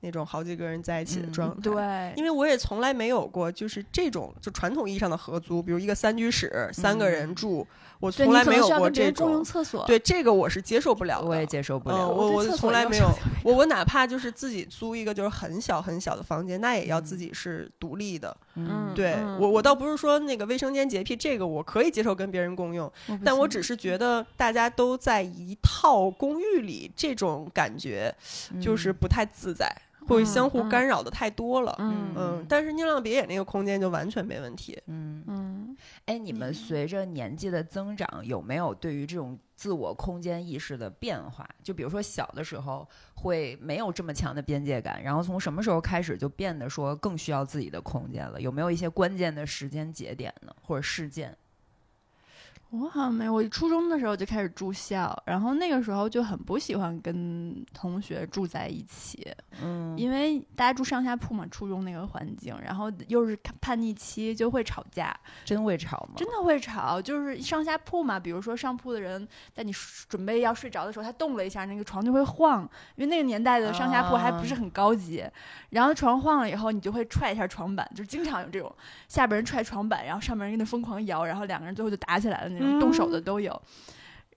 Speaker 1: 那种好几个人在一起的
Speaker 2: 嗯
Speaker 1: 状态。
Speaker 3: 对，
Speaker 1: 因为我也从来没有过，就是这种就传统意义上的合租，比如一个三居室三个人住，我
Speaker 3: 嗯对
Speaker 1: 从来
Speaker 3: 你可
Speaker 1: 没
Speaker 3: 能
Speaker 1: 有
Speaker 3: 需要
Speaker 1: 过
Speaker 3: 跟别
Speaker 1: 这
Speaker 3: 人共用
Speaker 1: 种。
Speaker 3: 厕所。
Speaker 1: 对这个我是接受不了的，
Speaker 2: 我也接受不
Speaker 1: 嗯，
Speaker 2: 了。
Speaker 1: 我
Speaker 3: 我
Speaker 1: 我
Speaker 3: 对厕
Speaker 1: 从
Speaker 3: 所
Speaker 1: 来
Speaker 3: 要
Speaker 1: 没
Speaker 3: 求
Speaker 1: 有
Speaker 3: 特，
Speaker 1: 我我哪怕就是自己租一个就是很小很小的房间，那也要自己是独立的。
Speaker 3: 嗯
Speaker 1: 对我我倒不是说那个卫生间洁癖这个我可以接受跟别人共用，
Speaker 3: 我不
Speaker 1: 但我
Speaker 3: 行
Speaker 1: 只是觉得大家都在一套公寓里，这种感觉就是不太自在，会相互
Speaker 3: 嗯
Speaker 1: 干扰的太多了。
Speaker 3: 嗯
Speaker 1: 嗯，但是宁浪别野那个空间就完全没问题。
Speaker 2: 嗯，
Speaker 3: 嗯，
Speaker 2: 哎，你们随着年纪的增长，有没有对于这种自我空间意识的变化？就比如说小的时候会没有这么强的边界感，然后从什么时候开始就变得说更需要自己的空间了？有没有一些关键的时间节点呢，或者事件？
Speaker 3: 我好像没有，我初中的时候就开始住校，然后那个时候就很不喜欢跟同学住在一起，
Speaker 2: 嗯，
Speaker 3: 因为大家住上下铺嘛，初中那个环境，然后又是叛逆期，就会吵架，
Speaker 2: 真会吵吗？
Speaker 3: 真的会吵，就是上下铺嘛，比如说上铺的人在你睡准备要睡着的时候，他动了一下，那个床就会晃，因为那个年代的上下铺还不
Speaker 2: 啊
Speaker 3: 是很高级，然后床晃了以后，你就会踹一下床板，就经常有这种下边人踹床板，然后上面人跟他疯狂摇，然后两个人最后就打起来了那种，动手
Speaker 2: 嗯
Speaker 3: 的都有。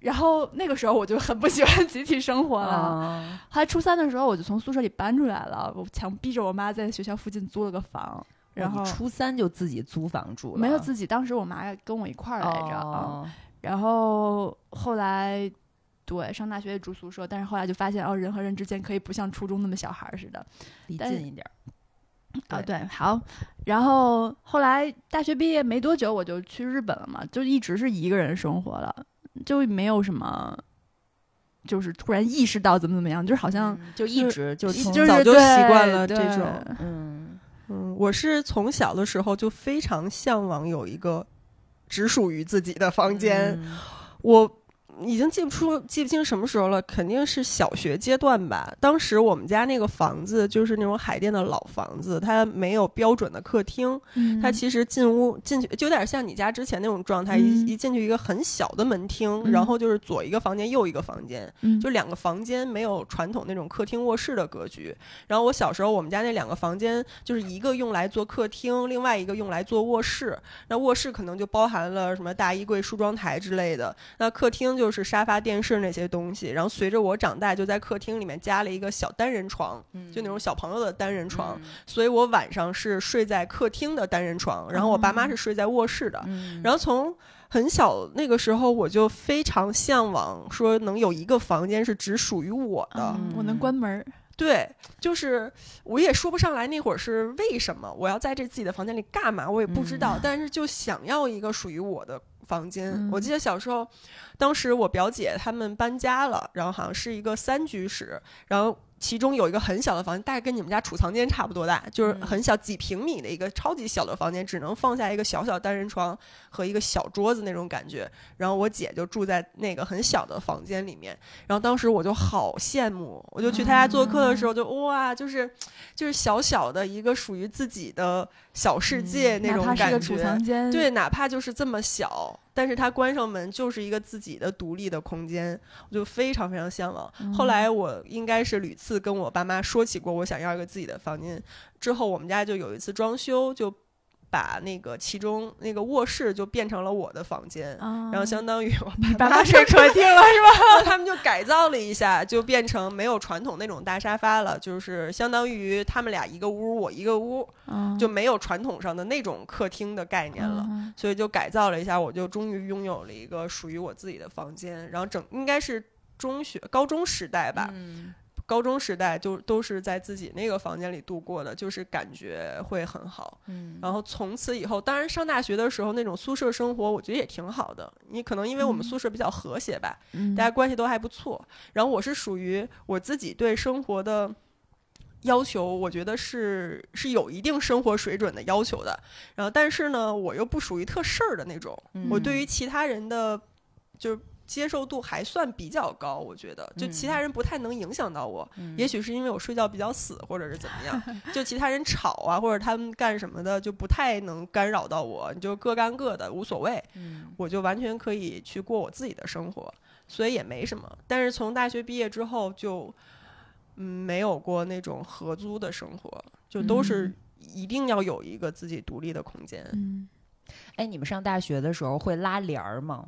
Speaker 3: 然后那个时候我就很不喜欢 集体生活了，
Speaker 2: 啊，
Speaker 3: 后来初三的时候，我就从宿舍里搬出来了，我强逼着我妈在学校附近租了个房，然
Speaker 2: 哇
Speaker 3: 后
Speaker 2: 哦你初三就自己租房住了，啊
Speaker 3: 没有自己，当时我妈跟我一块儿来着，嗯
Speaker 2: 哦，
Speaker 3: 然后后来。对，上大学也住宿舍，但是后来就发现，哦，人和人之间可以不像初中那么小孩儿似的。
Speaker 2: 离
Speaker 3: 但是
Speaker 2: 近一点儿。
Speaker 3: 啊，对，好。然后后来大学毕业没多久，我就去日本了嘛，就一直是一个人生活了，就没有什么，就是突然意识到怎么怎么样，就是好像、
Speaker 2: 嗯就一
Speaker 1: 就
Speaker 2: 直就
Speaker 1: 一
Speaker 2: 从
Speaker 1: 直
Speaker 2: 早
Speaker 1: 早就习惯了
Speaker 3: 对
Speaker 1: 这种
Speaker 3: 对
Speaker 2: 嗯，
Speaker 1: 嗯，我是从小的时候就非常向往有一个只属于自己的房间，
Speaker 2: 嗯
Speaker 1: 我已经记不出记不清什么时候了，肯定是小学阶段吧。当时我们家那个房子就是那种海淀的老房子，它没有标准的客厅，
Speaker 3: 嗯
Speaker 1: 它其实进屋进去就有点像你家之前那种状态，
Speaker 3: 嗯
Speaker 1: 一一进去一个很小的门厅，
Speaker 3: 嗯
Speaker 1: 然后就是左一个房间右一个房间，
Speaker 3: 嗯
Speaker 1: 就两个房间没有传统那种客厅卧室的格局。然后我小时候我们家那两个房间就是一个用来做客厅，另外一个用来做卧室。那卧室可能就包含了什么大衣柜、梳妆台之类的。那客厅就是沙发、电视那些东西。然后随着我长大，就在客厅里面加了一个小单人床，就那种小朋友的单人
Speaker 2: 嗯
Speaker 1: 床。所以我晚上是睡在客厅的单人床，然后我爸妈是睡在卧室的。
Speaker 2: 嗯，
Speaker 1: 啊然后从很小那个时候，我就非常向往，说能有一个房间是只属于我的。
Speaker 3: 嗯我能关门儿，
Speaker 1: 对，就是我也说不上来那会儿是为什么我要在这自己的房间里干嘛，我也不知道，但是就想要一个属于我的房间。
Speaker 3: 嗯
Speaker 1: 我记得小时候，当时我表姐他们搬家了，然后好像是一个三居室，然后。其中有一个很小的房间，大概跟你们家储藏间差不多大，就是
Speaker 2: 嗯
Speaker 1: 很小几平米的一个超级小的房间，只能放下一个小小单人床和一个小桌子那种感觉。然后我姐就住在那个很小的房间里面，然后当时我就好羡慕，我就去他家做客的时候就、
Speaker 3: 嗯
Speaker 1: 哇，就是就是小小的一个属于自己的小世界那
Speaker 3: 嗯哪
Speaker 1: 种
Speaker 3: 怕是
Speaker 1: 感
Speaker 3: 个储
Speaker 1: 觉
Speaker 3: 藏。间，
Speaker 1: 对，哪怕就是这么小，但是他关上门就是一个自己的独立的空间，我就非常非常向往。
Speaker 3: 嗯
Speaker 1: 后来我应该是屡次跟我爸妈说起过，我想要一个自己的房间。之后我们家就有一次装修，就把那个其中那个卧室就变成了我的房间。
Speaker 3: 啊，
Speaker 1: 然后相当于我
Speaker 3: 你
Speaker 1: 爸
Speaker 3: 爸
Speaker 1: 妈
Speaker 3: 妈
Speaker 1: 睡
Speaker 3: 睡
Speaker 1: 客
Speaker 3: 客
Speaker 1: 厅
Speaker 3: 厅
Speaker 1: 了是吧？他们就改造了一下，就变成没有传统那种大沙发了，就是相当于他们俩一个屋，我一个屋，
Speaker 3: 嗯
Speaker 1: 就没有传统上的那种客厅的概念了。
Speaker 3: 嗯
Speaker 1: 所以就改造了一下，我就终于拥有了一个属于我自己的房间。然后整应该是中学、高中时代吧，
Speaker 2: 嗯
Speaker 1: 高中时代就都是在自己那个房间里度过的，就是感觉会很好。
Speaker 2: 嗯
Speaker 1: 然后从此以后，当然上大学的时候那种宿舍生活，我觉得也挺好的。你可能因为我们
Speaker 3: 嗯
Speaker 1: 宿舍比较和谐吧，
Speaker 3: 嗯
Speaker 1: 大家关系都还不错。然后我是属于我自己对生活的要求，我觉得是是有一定生活水准的要求的。然后但是呢，我又不属于特事儿的那种，
Speaker 2: 嗯
Speaker 1: 我对于其他人的就是接受度还算比较高，我觉得就其他人不太能影响到我。
Speaker 2: 嗯
Speaker 1: 也许是因为我睡觉比较死，或者是怎么样，就其他人吵啊，或者他们干什么的，就不太能干扰到我，你就各干各的，无所谓，
Speaker 2: 嗯
Speaker 1: 我就完全可以去过我自己的生活，所以也没什么。但是从大学毕业之后就，嗯，没有过那种合租的生活，就都是
Speaker 3: 嗯
Speaker 1: 一定要有一个自己独立的空间。
Speaker 3: 嗯，
Speaker 2: 哎，你们上大学的时候会拉帘儿吗？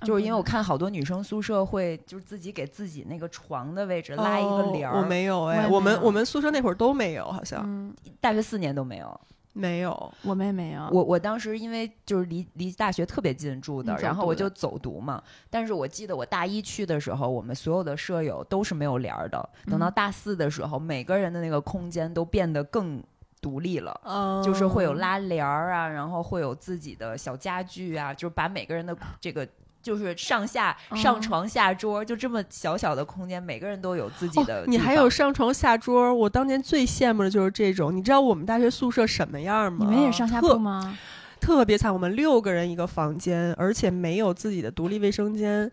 Speaker 3: 嗯
Speaker 2: 就是因为我看好多女生宿舍会，就是自己给自己那个床的位置拉一个帘
Speaker 1: 哦
Speaker 2: 儿。
Speaker 1: 我没有哎，
Speaker 3: 我也
Speaker 1: 我
Speaker 3: 没
Speaker 1: 们
Speaker 3: 有
Speaker 1: 我们宿舍那会儿都没有，好像、
Speaker 3: 嗯，
Speaker 2: 大学四年都没有。
Speaker 1: 没有。
Speaker 3: 我们也没有，
Speaker 2: 我我当时因为就是离离大学特别近住的
Speaker 3: 嗯，走
Speaker 2: 然后我
Speaker 3: 读
Speaker 2: 就
Speaker 3: 的
Speaker 2: 走读嘛。但是我记得我大一去的时候，我们所有的舍友都是没有帘儿的。等到
Speaker 3: 嗯
Speaker 2: 大四的时候，每个人的那个空间都变得更。独立了。
Speaker 1: 嗯
Speaker 2: 就是会有拉帘儿啊，然后会有自己的小家具啊，就是把每个人的这个就是上下上
Speaker 3: 嗯
Speaker 2: 床下桌，就这么小小的空间，每个人都有自己
Speaker 1: 哦
Speaker 2: 的地方、，
Speaker 1: 你还有上床下桌，我当年最羡慕的就是这种。你知道我们大学宿舍什么样吗？
Speaker 3: 你们也上下铺
Speaker 1: 特
Speaker 3: 吗？
Speaker 1: 特别惨，我们六个人一个房间，而且没有自己的独立卫生间，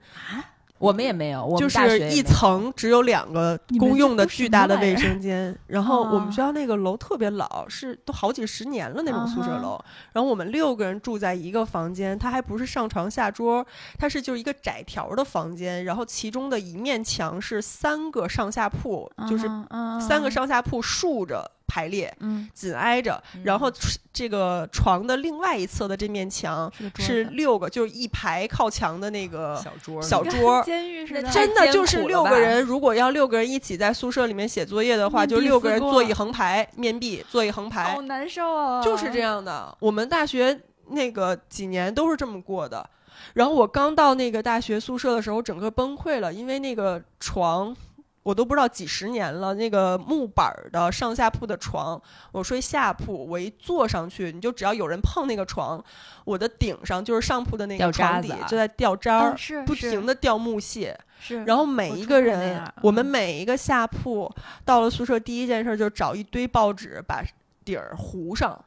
Speaker 2: 我们也没有，我
Speaker 1: 就
Speaker 2: 们大学
Speaker 1: 是
Speaker 2: 也没
Speaker 1: 一
Speaker 2: 有
Speaker 1: 层只有两个
Speaker 3: 你们
Speaker 1: 公用的
Speaker 3: 这都
Speaker 1: 巨大的
Speaker 3: 什么玩意
Speaker 1: 卫
Speaker 3: 儿
Speaker 1: 生 间。然后我们
Speaker 3: 啊
Speaker 1: 学校那个楼特别老，是都好几十年了那种
Speaker 3: 啊
Speaker 1: 宿舍
Speaker 3: 哈
Speaker 1: 楼。然后我们六个人住在一个房间，它还不是上床下桌，它是就是一个窄条的房间，然后其中的一面墙是三个上下铺，就是
Speaker 3: 嗯嗯
Speaker 1: 三个上下铺竖着排列，
Speaker 3: 嗯，
Speaker 1: 紧挨着，然后床这个床的另外一侧的这面墙
Speaker 3: 是个桌
Speaker 1: 是
Speaker 3: 子
Speaker 1: 六个，就是一排靠墙的那个
Speaker 2: 小桌 儿
Speaker 1: 小
Speaker 2: 那
Speaker 1: 桌儿。
Speaker 3: 监狱似的，
Speaker 2: 那
Speaker 1: 真的就
Speaker 2: 太艰
Speaker 1: 是
Speaker 2: 苦了
Speaker 1: 六个
Speaker 2: 吧
Speaker 1: 人，如果要六个人一起在宿舍里面写作业的话，
Speaker 3: 面
Speaker 1: 就
Speaker 3: 壁
Speaker 1: 六
Speaker 3: 思
Speaker 1: 个人
Speaker 3: 过
Speaker 1: 坐一横排，面壁坐一横排
Speaker 3: 好，难受
Speaker 2: 哦
Speaker 3: 啊！
Speaker 1: 就是这样的。我们大学那个几年都是这么过的。然后我刚到那个大学宿舍的时候，整个崩溃了，因为那个床我都不知道几十年了，那个木板儿的上下铺的床，我睡下铺，我一坐上去，你就只要有人碰那个床，我的顶上就是上铺的那
Speaker 2: 掉
Speaker 1: 个
Speaker 2: 渣
Speaker 1: 床
Speaker 2: 子
Speaker 1: 底
Speaker 2: 啊
Speaker 1: 就在掉渣儿
Speaker 3: 啊，是
Speaker 1: 不
Speaker 3: 是
Speaker 1: 停的掉木屑。
Speaker 2: 嗯
Speaker 3: 是，
Speaker 1: 然后每
Speaker 3: 我
Speaker 1: 一
Speaker 3: 住
Speaker 1: 个
Speaker 3: 过那
Speaker 1: 人
Speaker 3: 样，
Speaker 1: 我们
Speaker 3: 嗯
Speaker 1: 每一个下铺到了宿舍，第一件事就是找一堆报纸把底儿糊上。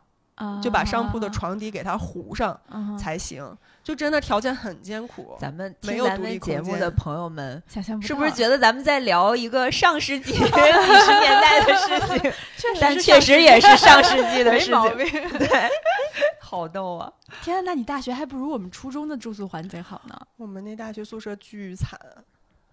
Speaker 1: 就把上铺的
Speaker 3: 啊
Speaker 1: 床底给它糊上
Speaker 3: 嗯
Speaker 1: 才行，就真的条件很艰苦。
Speaker 2: 咱们
Speaker 1: 没
Speaker 2: 听
Speaker 1: 有
Speaker 2: 咱
Speaker 1: 独立
Speaker 2: 们节
Speaker 1: 空
Speaker 2: 目
Speaker 1: 间
Speaker 2: 的朋友们。
Speaker 3: 想象不
Speaker 2: 是不是
Speaker 3: 到
Speaker 2: 觉得咱们在聊一个上世纪 几十年代的事情？
Speaker 3: 确实
Speaker 2: 但
Speaker 3: 是
Speaker 2: 确
Speaker 3: 上
Speaker 2: 实
Speaker 3: 世
Speaker 2: 也
Speaker 3: 纪
Speaker 2: 是上世纪的
Speaker 3: 没
Speaker 2: 事
Speaker 3: 毛
Speaker 2: 情，对，好逗啊！
Speaker 3: 天啊，那你大学还不如我们初中的住宿环境好呢。
Speaker 1: 我们那大学宿舍巨 惨，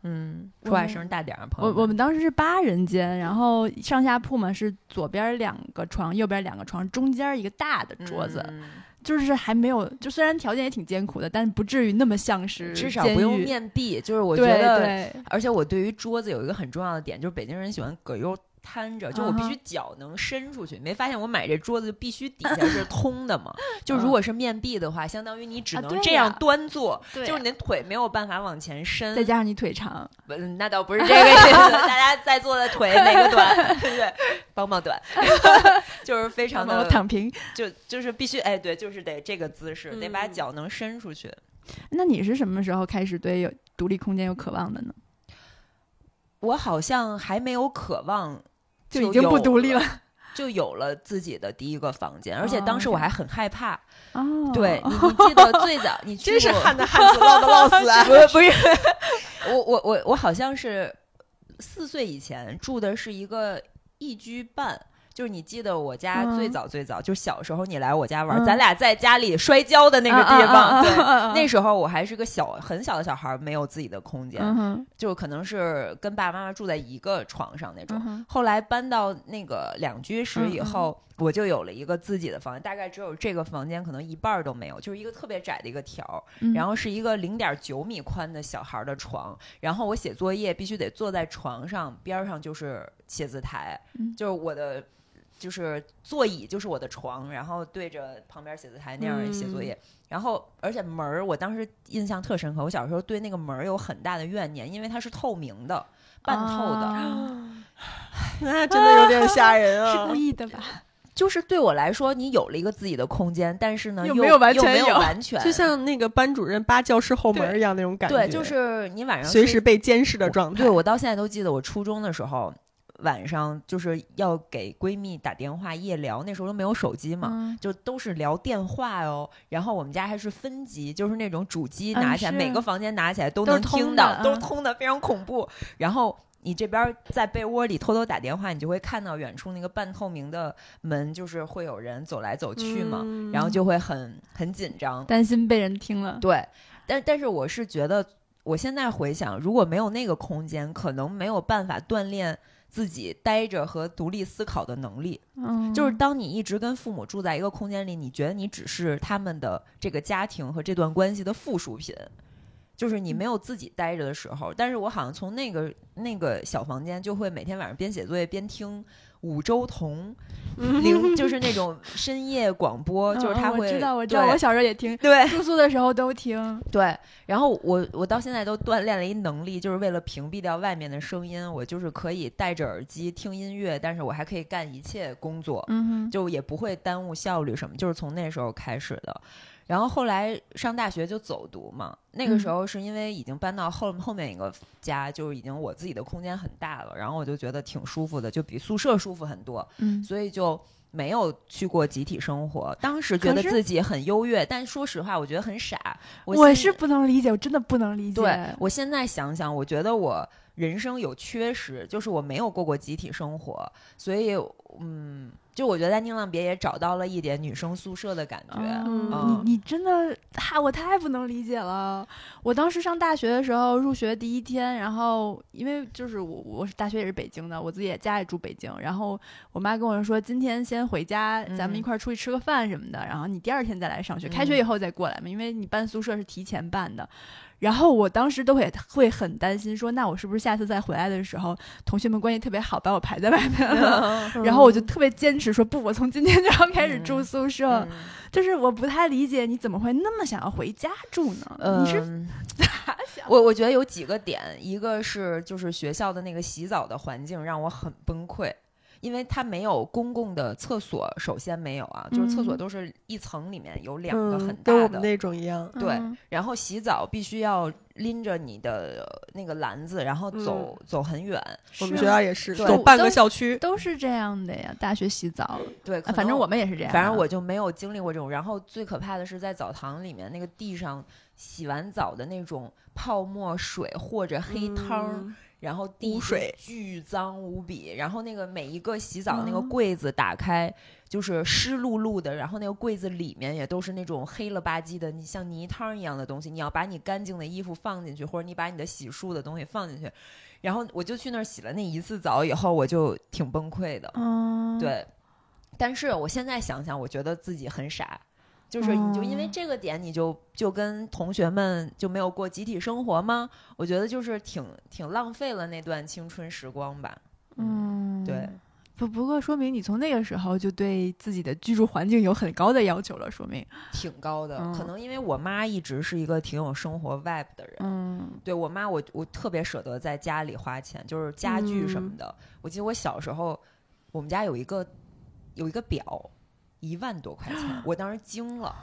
Speaker 2: 嗯，
Speaker 3: 我
Speaker 2: 说话
Speaker 3: 们
Speaker 2: 声大点儿啊，朋
Speaker 3: 我
Speaker 2: 友。
Speaker 3: 我们当时是八人间，然后上下铺嘛是左边两个床，右边两个床，中间一个大的桌子，
Speaker 2: 嗯
Speaker 3: 就是还没有，就虽然条件也挺艰苦的，但是不至于那么像是
Speaker 2: 至少
Speaker 3: 嗯监
Speaker 2: 不用
Speaker 3: 狱。
Speaker 2: 面壁。就是我觉
Speaker 3: 对
Speaker 2: 得，
Speaker 3: 对，
Speaker 2: 而且我对于桌子有一个很重要的点，就是北京人喜欢葛优摊着，就我
Speaker 3: 嗯
Speaker 2: 必
Speaker 3: 哼
Speaker 2: 须脚能伸出去。没发现我买这桌子就必须底下 是通的嘛？就如果是面壁的话，相当于你只
Speaker 3: 嗯啊
Speaker 2: 能
Speaker 3: 对
Speaker 2: 这样
Speaker 3: 呀
Speaker 2: 端坐，
Speaker 3: 对
Speaker 2: 就是你的腿没有办法往前伸。
Speaker 3: 再加上你腿长，
Speaker 2: 不，那倒不是这个意思，大家在座的腿哪个 短？对，棒棒短，就是非常
Speaker 3: 然后
Speaker 2: 的
Speaker 3: 躺平。
Speaker 2: 就就是必须哎，对，就是得这个姿势，得把
Speaker 1: 嗯
Speaker 2: 脚能伸出去。
Speaker 3: 那你是什么时候开始对有独立空间有渴望的呢？
Speaker 2: 我好像还没有渴望
Speaker 3: 就
Speaker 2: 就
Speaker 3: 已经不
Speaker 2: 有
Speaker 3: 独立
Speaker 2: 了
Speaker 3: 了
Speaker 2: 就有了自己的第一个房间，而且
Speaker 3: 哦
Speaker 2: 当时我
Speaker 3: ，OK
Speaker 2: 还很害怕。
Speaker 3: 哦，
Speaker 2: 对你，你记得最早 你去
Speaker 1: 真是
Speaker 2: 过
Speaker 1: 旱的旱死，涝的涝死啊！
Speaker 2: 不是不是，我我我我好像是四岁以前住的是一个一居半。就是你记得我家
Speaker 3: 嗯
Speaker 2: 最早最早，就是小时候你来我家玩，
Speaker 3: 嗯
Speaker 2: 咱俩在家里摔跤的那个地方，
Speaker 3: 啊啊啊啊
Speaker 2: 对，
Speaker 3: 啊啊啊
Speaker 2: 那时候我还是个小很小的小孩儿，没有自己的空间，
Speaker 3: 嗯哼，
Speaker 2: 就可能是跟爸爸妈妈住在一个床上那种。
Speaker 3: 嗯哼嗯
Speaker 2: 后来搬到那个两居室以后，我就有了一个自己的房间，大概只有这个房间可能一半儿都没有，就是一个特别窄的一个条儿，
Speaker 3: 嗯
Speaker 2: 然后是一个零点九米宽的小孩儿的床，然后我写作业必须得坐在床上，边儿上就是写字台，
Speaker 3: 嗯
Speaker 2: 就是我的。就是座椅就是我的床，然后对着旁边写字台那样写作
Speaker 3: 嗯
Speaker 2: 业，然后而且门儿，我当时印象特深刻，我小时候对那个门儿有很大的怨念，因为它是透明的、半透的，
Speaker 3: 啊
Speaker 1: 那真的有 点吓人
Speaker 3: 是
Speaker 2: 嗯
Speaker 1: 啊
Speaker 3: 故！意的吧？
Speaker 2: 就是对我来说，你有了一个自己的空间，但是呢，
Speaker 3: 又
Speaker 2: 又
Speaker 3: 没有完
Speaker 2: 又
Speaker 3: 全
Speaker 2: 没有
Speaker 3: 有
Speaker 2: 完全，
Speaker 1: 就像那个班主任扒教室后门
Speaker 3: 对
Speaker 1: 一样那种感觉，
Speaker 2: 对，就是你晚上
Speaker 1: 随
Speaker 2: 睡
Speaker 1: 时被监视的状态
Speaker 2: 对。我到现在都记得，我初中的时候晚上就是要给闺蜜打电话夜聊，那时候都没有手机嘛。
Speaker 3: 嗯，
Speaker 2: 就都是聊电话哦，然后我们家还是分级，就是那种主机
Speaker 3: 嗯
Speaker 2: 拿起来，
Speaker 3: 是
Speaker 2: 每个房间拿起来都
Speaker 3: 都
Speaker 2: 能
Speaker 3: 是通
Speaker 2: 听
Speaker 3: 的
Speaker 2: 到，都是
Speaker 3: 嗯
Speaker 2: 通的，非常恐怖。然后你这边在被窝里偷偷打电话，你就会看到远处那个半透明的门，就是会有人走来走去嘛，
Speaker 1: 嗯
Speaker 2: 然后就会很很紧张。
Speaker 3: 担心被人听 了。
Speaker 2: 对，但但是我是觉得，我现在回想，如果没有那个空间，可能没有办法锻炼自己待着和独立思考的能力。
Speaker 3: 嗯，
Speaker 2: 就是当你一直跟父母住在一个空间里，你觉得你只是他们的这个家庭和这段关系的附属品。就是你没有自己待着的时候，但是我好像从那个那个小房间就会每天晚上边写作业边听五洲 同
Speaker 1: 嗯
Speaker 2: 零，就是那种深夜广播，
Speaker 3: 嗯
Speaker 2: 就是他
Speaker 3: 嗯我
Speaker 2: 会
Speaker 3: 知道，我知道，
Speaker 2: 对
Speaker 3: 我小时候也听，
Speaker 2: 对
Speaker 3: 住宿的时候都听。
Speaker 2: 对，然后我我到现在都锻炼了一能力，就是为了屏蔽掉外面的声音，我就是可以戴着耳机听音乐，但是我还可以干一切工作，
Speaker 3: 嗯哼，
Speaker 2: 就也不会耽误效率什么，就是从那时候开始的。然后后来上大学就走读嘛，那个时
Speaker 3: 嗯
Speaker 2: 候是因为已经搬到后后面一个家，就是已经我自己的空间很大了，然后我就觉得挺舒服的，就比宿舍舒服很多，
Speaker 3: 嗯，
Speaker 2: 所以就没有去过集体生活。当时觉
Speaker 3: 可
Speaker 2: 得
Speaker 3: 是
Speaker 2: 自己很优越，但说实话，我觉得很傻。我
Speaker 3: 我
Speaker 2: 现
Speaker 3: 是不能理解，我真的不能理解。
Speaker 2: 对我现在想想，我觉得我人生有缺失，就是我没有过过集体生活，所以嗯，就我觉得在宁浪别也找到了一点女生宿舍的感觉。
Speaker 3: 嗯
Speaker 2: 嗯
Speaker 3: 你你真的太我太不能理解了。我当时上大学的时候，入学第一天，然后因为就是我我是大学也是北京的，我自己也家也住北京，然后我妈跟我说今天先回家，咱们一
Speaker 2: 嗯
Speaker 3: 块儿出去吃个饭什么的，然后你第二天再来上学，开学以后再过来嘛，因为你搬宿舍是提前办的。然后我当时都会会很担心说，那我是不是下次再回来的时候，同学们关系特别好，把我排在外面了？ 然后我就特别坚持说，不，我从今天就要开始住
Speaker 2: 嗯
Speaker 3: 宿舍。
Speaker 2: 嗯
Speaker 3: 就是我不太理解你怎么会那么想要回家住呢？你是
Speaker 2: 嗯，我我觉得有几个点，一个是就是学校的那个洗澡的环境让我很崩溃，因为它没有公共的厕所，首先没有啊，就是厕所
Speaker 3: 嗯
Speaker 2: 都是一层里面有两个很
Speaker 1: 嗯，
Speaker 2: 大
Speaker 1: 跟我
Speaker 2: 的
Speaker 1: 们，那种一样。
Speaker 2: 对
Speaker 3: 嗯
Speaker 2: 然后洗澡必须要拎着你的呃那个篮子，然后走、走很远，
Speaker 1: 我们
Speaker 3: 是
Speaker 1: 学校也是
Speaker 2: 啊对
Speaker 1: 走半个
Speaker 3: 都
Speaker 1: 校区，
Speaker 3: 都是这样的呀，大学洗澡，啊
Speaker 2: 对，可能
Speaker 3: 反正我们也是这样啊。
Speaker 2: 呃反正我就没有经历过这种。然后最可怕的是在澡堂里面那个地上洗完澡的那种泡沫水或者黑汤儿，
Speaker 1: 嗯
Speaker 2: 然后地
Speaker 1: 污
Speaker 2: 就
Speaker 1: 水
Speaker 2: 巨脏无比，然后那个每一个洗澡的那个
Speaker 3: 嗯
Speaker 2: 柜子打开、就是湿漉漉的，然后那个柜子里面也都是那种黑了吧唧的，你像泥汤一样的东西，你要把你干净的衣服放进去，或者你把你的洗漱的东西放进去，然后我就去那儿洗了那一次澡以后，我就挺崩溃的，
Speaker 3: 嗯，
Speaker 2: 对。但是我现在想想，我觉得自己很傻。就是你就因为
Speaker 3: 嗯
Speaker 2: 这个点，你就就跟同学们就没有过集体生活吗？我觉得就是挺挺浪费了那段青春时光吧。
Speaker 3: 嗯，
Speaker 2: 对。
Speaker 3: 不不过，说明你从那个时候就对自己的居住环境有很高的要求了，说明，
Speaker 2: 挺高的。可
Speaker 3: 嗯
Speaker 2: 能因为我妈一直是一个挺有生活 vibe 的人，
Speaker 3: 嗯
Speaker 2: 对我妈我，我特别舍得在家里花钱，就是家具什
Speaker 3: 嗯
Speaker 2: 么的。我记得我小时候，我们家有一个有一个表，一万多块钱，我当时惊了。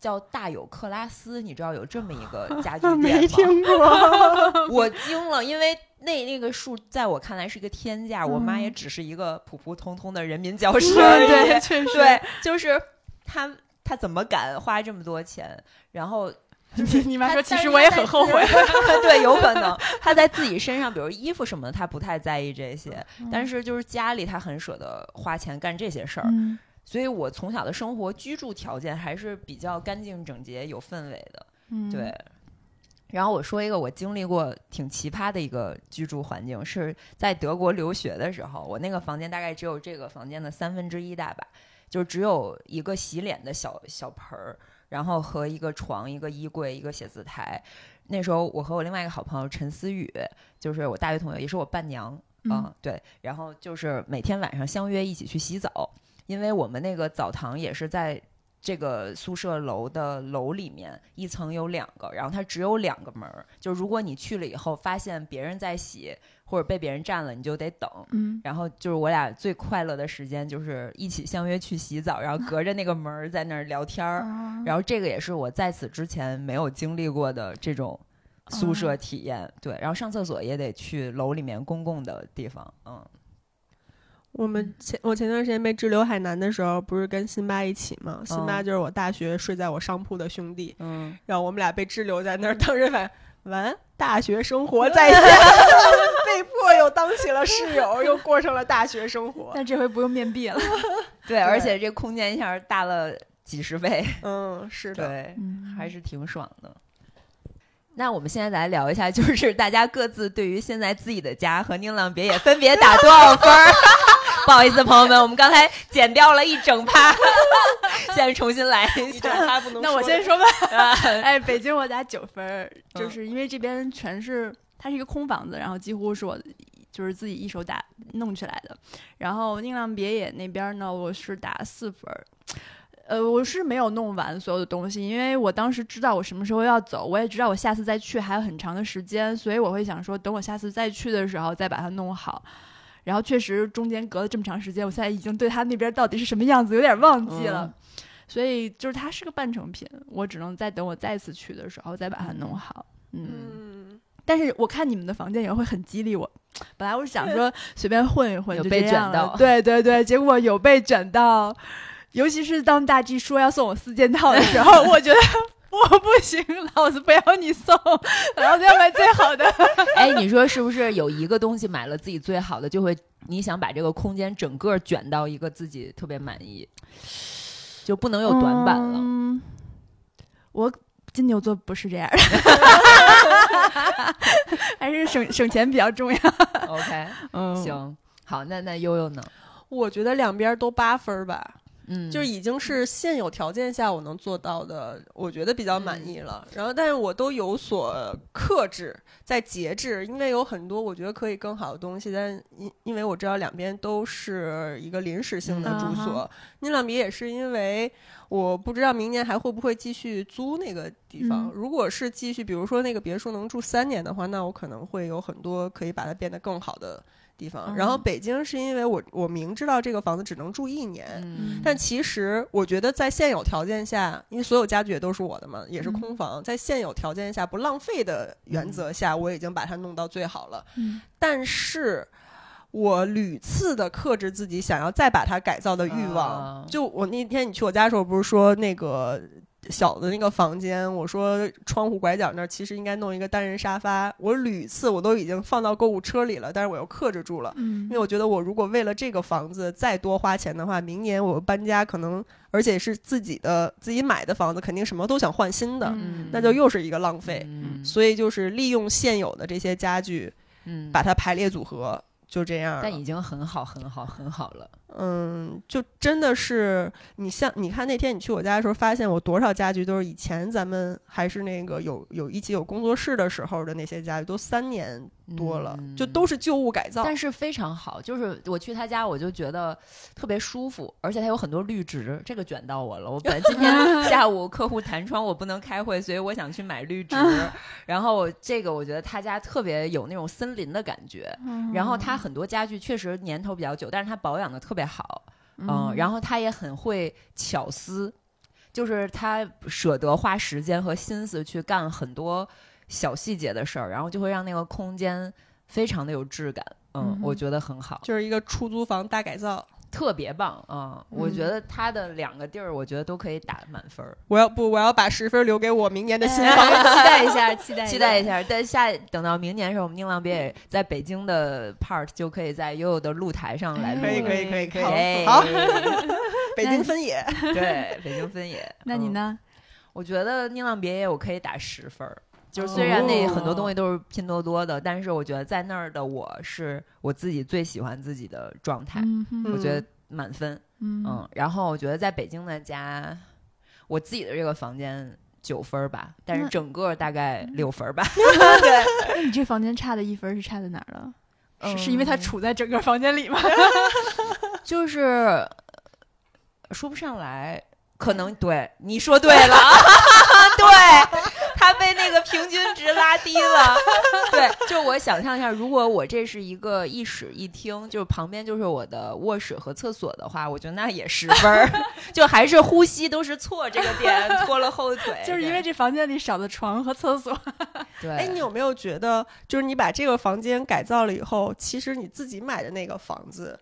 Speaker 2: 叫大有克拉斯，你知道有这么一个家 具店
Speaker 1: 没
Speaker 2: 吗？
Speaker 1: 听过。
Speaker 2: 我惊了，因为那那个数在我看来是一个天价，我妈也
Speaker 3: 嗯
Speaker 2: 只是一个普普通通的人民教师而已，
Speaker 3: 对，确实，
Speaker 2: 对，就是他他怎么敢花这么多钱？然后就是
Speaker 3: 你你妈
Speaker 2: 他
Speaker 3: 说
Speaker 2: 但
Speaker 3: 其
Speaker 2: 是
Speaker 3: 实
Speaker 2: 他
Speaker 3: 我也
Speaker 2: 在
Speaker 3: 很
Speaker 2: 自
Speaker 3: 后悔
Speaker 2: 对，有可能他在自己身上，比如衣服什么的，他不太在意这些， 但
Speaker 3: 是，
Speaker 2: 是就是家里他很舍得花钱干这些事儿。
Speaker 3: 嗯
Speaker 2: 所以我从小的生活居住条件还是比较干净整洁、有氛围的。
Speaker 3: 嗯，
Speaker 2: 对。然后我说一个我经历过挺奇葩的一个居住环境，是在德国留学的时候，我那个房间大概只有这个房间的三分之一大吧，就只有一个洗脸的小小盆儿，然后和一个床、一个衣柜、一个写字台。那时候我和我另外一个好朋友陈思雨，就是我大学同学，也是我伴娘，
Speaker 3: 嗯
Speaker 2: 啊对。然后就是每天晚上相约一起去洗澡，因为我们那个澡堂也是在这个宿舍楼的楼里面，一层有两个，然后它只有两个门儿，就如果你去了以后发现别人在洗或者被别人占了，你就得等。
Speaker 3: 嗯，
Speaker 2: 然后就是我俩最快乐的时间，就是一起相约去洗澡，然后隔着那个门儿在那儿聊天儿。
Speaker 3: 然
Speaker 2: 然后这个也是我在此之前没有经历过的这种宿舍
Speaker 3: 哦
Speaker 2: 体验，对。然后上厕所也得去楼里面公共的地方，嗯，
Speaker 1: 我们前我前段时间被滞留海南的时候，不是跟辛巴一起吗？辛巴就是我大学睡在我上铺的兄弟，
Speaker 2: 嗯，
Speaker 1: 然后我们俩被滞留在那儿，当时反完大学生 活在线，被迫又当起了室友，又过上了大学生活。
Speaker 3: 但这回不用面壁了，
Speaker 2: 对，而且这空间一下大了几十倍，
Speaker 1: 嗯，是的，
Speaker 2: 对，
Speaker 3: 嗯
Speaker 2: 还是挺爽的。那我们现在来聊一下，就是大家各自对于现在自己的家和宁浪别野分别打多少分儿？ 不好意思，朋友们，我们刚才剪掉了一整趴， 现在重新来一
Speaker 1: 一
Speaker 2: 下
Speaker 1: 整。他 不能
Speaker 3: 那我
Speaker 1: 说
Speaker 3: 先
Speaker 1: 的啊
Speaker 3: 说吧。哎，北京我打九分儿，就
Speaker 2: 嗯
Speaker 3: 是因为这边全是它是一个空房子，然后几乎是我就是自己一手打弄起来的。然后宁浪别野那边呢，我是打四分儿。呃，我是没有弄完所有的东西，因为我当时知道我什么时候要走，我也知道我下次再去还有很长的时间，所以我会想说，等我下次再去的时候再把它弄好。然后确实中间隔了这么长时间，我现在已经对他那边到底是什么样子有点忘记
Speaker 1: 嗯
Speaker 3: 了，所以就是它是个半成品，我只能再等我再次去的时候再把它弄好。嗯，
Speaker 1: 嗯，
Speaker 3: 但是我看你们的房间也会很激励我。本来我是想说随便混一混，
Speaker 2: 有
Speaker 3: 就
Speaker 2: 被
Speaker 3: 这样
Speaker 2: 卷
Speaker 3: 了
Speaker 2: 到
Speaker 3: 对对对，结果有被卷到，尤其是当大 G 说要送我四件套的时候，我觉得。 我不行，老子不要你送，老子要买最 好的。
Speaker 2: 哎，你说是不是有一个东西买了自己最好的，就会你想把这个空间整个卷到一个自己特别满意，就不能有短板了。
Speaker 3: 嗯、我金牛座不是这样的， 还是省省钱比较重要。
Speaker 2: OK，
Speaker 3: 嗯
Speaker 2: 行，好，那那悠悠呢？
Speaker 1: 我觉得两边都八分儿吧，
Speaker 2: 嗯，
Speaker 1: 就是已经是现有条件下我能做到的，我觉得比较满
Speaker 3: 嗯
Speaker 1: 意了。然后，但是我都有所克制，在节制，因为有很多我觉得可以更好的东西，但因因为我知道两边都是一个临时性的
Speaker 3: 嗯
Speaker 1: 住
Speaker 3: 啊
Speaker 1: 所，宁浪别也是因为我不知道明年还会不会继续租那个地方。
Speaker 3: 嗯
Speaker 1: 如果是继续，比如说那个别墅能住三年的话，那我可能会有很多可以把它变得更好的地
Speaker 3: 嗯
Speaker 1: 方。然后北京是因为我我明知道这个房子只能住一年。
Speaker 2: 嗯
Speaker 1: 但其实我觉得，在现有条件下，因为所有家具也都是我的嘛，也是空房，在现有条件下不浪费的原则下，我已经把它弄到最好了。
Speaker 3: 嗯
Speaker 1: 但是。我屡次的克制自己想要再把它改造的欲望，
Speaker 2: 啊
Speaker 1: 就我那天你去我家的时候，不是说那个小的那个房间，我说窗户拐角那儿其实应该弄一个单人沙发，我屡次我都已经放到购物车里了，但是我又克制住了，
Speaker 3: 嗯
Speaker 1: 因为我觉得我如果为了这个房子再多花钱的话，明年我搬家可能，而且是自己的自己买的房子，肯定什么都想换新的，
Speaker 3: 嗯
Speaker 1: 那就又是一个浪费。
Speaker 2: 嗯
Speaker 1: 所以就是利用现有的这些家具，
Speaker 2: 嗯，
Speaker 1: 把它排列组合，就这样了。
Speaker 2: 但已经很好，很好，很好了。
Speaker 1: 嗯，就真的是你像你看那天你去我家的时候，发现我多少家具都是以前咱们还是那个有有一起有工作室的时候的那些家具，都三年多了，
Speaker 2: 嗯
Speaker 1: 就都是旧物改造。
Speaker 2: 但是非常好，就是我去他家，我就觉得特别舒服，而且他有很多绿植，这个卷到我了。我本来今天下午客户弹窗我不能开会，所以我想去买绿植。然后这个我觉得他家特别有那种森林的感觉。
Speaker 3: 嗯
Speaker 2: 然后他很多家具确实年头比较久，但是他保养的特别好，嗯，然后他也很会巧思，就是他舍得花时间和心思去干很多小细节的事儿，然后就会让那个空间非常的有质感。嗯
Speaker 3: 嗯，哼
Speaker 2: 我觉得很好，
Speaker 1: 就是一个出租房大改造，
Speaker 2: 特别棒啊、嗯！我
Speaker 3: 嗯
Speaker 2: 觉得他的两个地儿，我觉得都可以打满分儿。
Speaker 1: 我要不我要把十分留给我明年的新房。
Speaker 2: 期待一 下，
Speaker 3: 期待
Speaker 2: 期待一下。但下等到明年的时候，我们宁浪别野在北京的 part 就可以在悠悠的露台上来录了。
Speaker 1: 可以可以
Speaker 3: 哎
Speaker 1: 可以可以，
Speaker 2: 哎
Speaker 1: 好，北京分野，
Speaker 2: 对，北京分野。
Speaker 3: 那你
Speaker 2: 嗯
Speaker 3: 呢？
Speaker 2: 我觉得《宁浪别野》我可以打十分儿，就是虽然那很多东西
Speaker 3: 哦
Speaker 2: 都是拼多多的，但是我觉得在那儿的我是我自己最喜欢自己的状态，
Speaker 3: 嗯
Speaker 2: 我觉得满分。
Speaker 3: 嗯
Speaker 2: 嗯，然后我觉得在北京的家，我自己的这个房间九分儿吧，但是
Speaker 3: 那
Speaker 2: 整个大概六分儿吧。
Speaker 3: 那你这房间差的一分是差在哪儿了？
Speaker 2: 嗯
Speaker 3: 是是因为它处在整个房间里吗？
Speaker 2: 就是呃说不上来，可能对你说对了， 对他被那个平均值拉低了。 对，就我想象一下，如果我这是一个一室一厅，就是旁边就是我的卧室和厕所的话，我觉得那也十分儿， 就还是呼吸都是错这个点拖了后腿，
Speaker 3: 就是因为这房间里少了床和厕所。
Speaker 2: 对，
Speaker 1: 哎，你有没有觉得，就是你把这个房间改造了以后，其实你自己买的那个房子，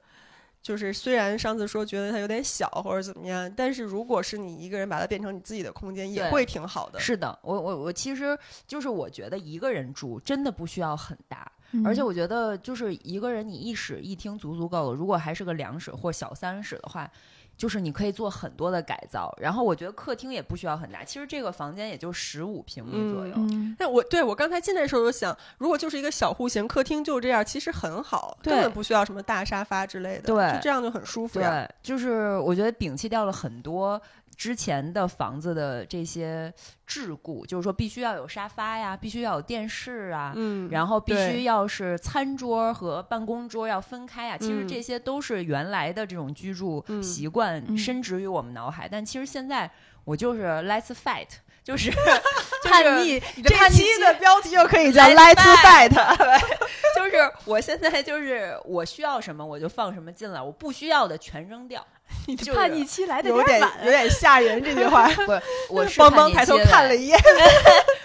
Speaker 1: 就是虽然上次说觉得它有点小或者怎么样，但是如果是你一个人把它变成你自己的空间，也
Speaker 2: 对
Speaker 1: 会挺好的。
Speaker 2: 是的，我我我其实就是我觉得一个人住真的不需要很大，嗯而
Speaker 3: 嗯
Speaker 2: 且我觉得，就是一个人你一室一厅足足够了。如果还是个两室或小三室的话，就是你可以做很多的改造。然后我觉得客厅也不需要很大，其实这个房间也就十五平米左右。
Speaker 3: 嗯，
Speaker 1: 但我对我刚才进来的时候，我想，如果就是一个小户型客厅就这样，其实很好，
Speaker 2: 对
Speaker 1: 根本不需要什么大沙发之类的，
Speaker 2: 对
Speaker 1: 就这样就很舒服呀。
Speaker 2: 对，就是我觉得摒弃掉了很多之前的房子的这些桎梏，就是说必须要有沙发呀，必须要有电视啊，
Speaker 1: 嗯，
Speaker 2: 然后必
Speaker 1: 对
Speaker 2: 须要是餐桌和办公桌要分开啊。其实
Speaker 1: 嗯
Speaker 2: 这些都是原来的这种居住
Speaker 1: 嗯
Speaker 2: 习惯
Speaker 3: 嗯
Speaker 2: 深植于我们脑海，但其实现在我就是 let's fight，就是 就是
Speaker 3: 叛逆，你的
Speaker 1: 这
Speaker 3: 叛逆
Speaker 1: 期的标题又可以叫
Speaker 2: Let's
Speaker 1: “Let's Fight”。
Speaker 2: 就是我现在就是我需要什么我就放什么进来，我不需要的全扔掉。
Speaker 3: 你的
Speaker 2: 就是
Speaker 3: 叛逆期来的
Speaker 1: 哎有点啊
Speaker 3: 晚，
Speaker 1: 有点吓人，这句 话。
Speaker 2: 不，我是
Speaker 1: 邦
Speaker 2: 叛
Speaker 1: 邦
Speaker 2: 逆
Speaker 1: 抬头
Speaker 2: 期的
Speaker 1: 看了一眼，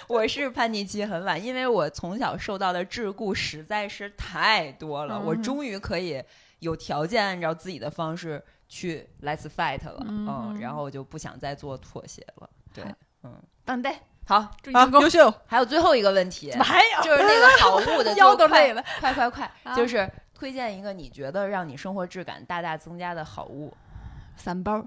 Speaker 2: 我是叛逆期很晚，因为我从小受到的桎梏实在是太多了，
Speaker 3: 嗯
Speaker 2: 我终于可以有条件按照自己的方式去 let's fight 了，
Speaker 3: 嗯
Speaker 2: 嗯，然后我就不想再做妥协了。对，嗯，
Speaker 3: 当代
Speaker 2: 好，
Speaker 3: 祝你
Speaker 1: 好
Speaker 3: 成功。
Speaker 1: 优秀，
Speaker 2: 还有最后一个问题，
Speaker 3: 怎么还有？
Speaker 2: 就是那个好物 的
Speaker 3: 腰
Speaker 2: 就
Speaker 3: 都
Speaker 2: 快
Speaker 3: 累了，
Speaker 2: 快快快，
Speaker 3: 啊
Speaker 2: 就是推荐一个你觉得让你生活质感大大增加的好物。
Speaker 3: 散包儿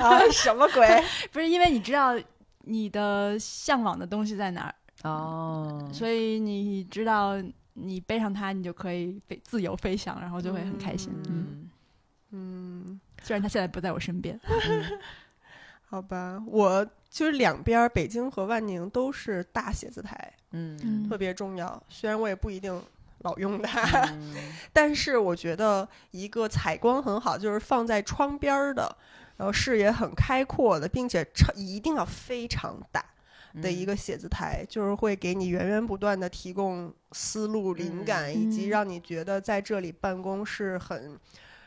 Speaker 1: 啊，什么鬼？
Speaker 3: 不是因为你知道你的向往的东西在哪儿，
Speaker 2: 哦
Speaker 3: 所以你知道你背上它，你就可以飞自由飞翔，然后就会很开心。嗯，
Speaker 2: 嗯，
Speaker 1: 嗯，
Speaker 3: 虽然它现在不在我身边，
Speaker 1: 好吧，我就是两边儿北京和万宁都是大写字台，
Speaker 2: 嗯
Speaker 1: 特别重要。虽然我也不一定老用它，
Speaker 2: 嗯，
Speaker 1: 但是我觉得一个采光很好，就是放在窗边儿的，然后视野很开阔的，并且超一定要非常大。
Speaker 3: 嗯
Speaker 1: 的一
Speaker 2: 个
Speaker 1: 个写字台，就是会给你源源不断的提供思路、灵感，以及
Speaker 3: 嗯
Speaker 1: 让你觉得在这里办公是很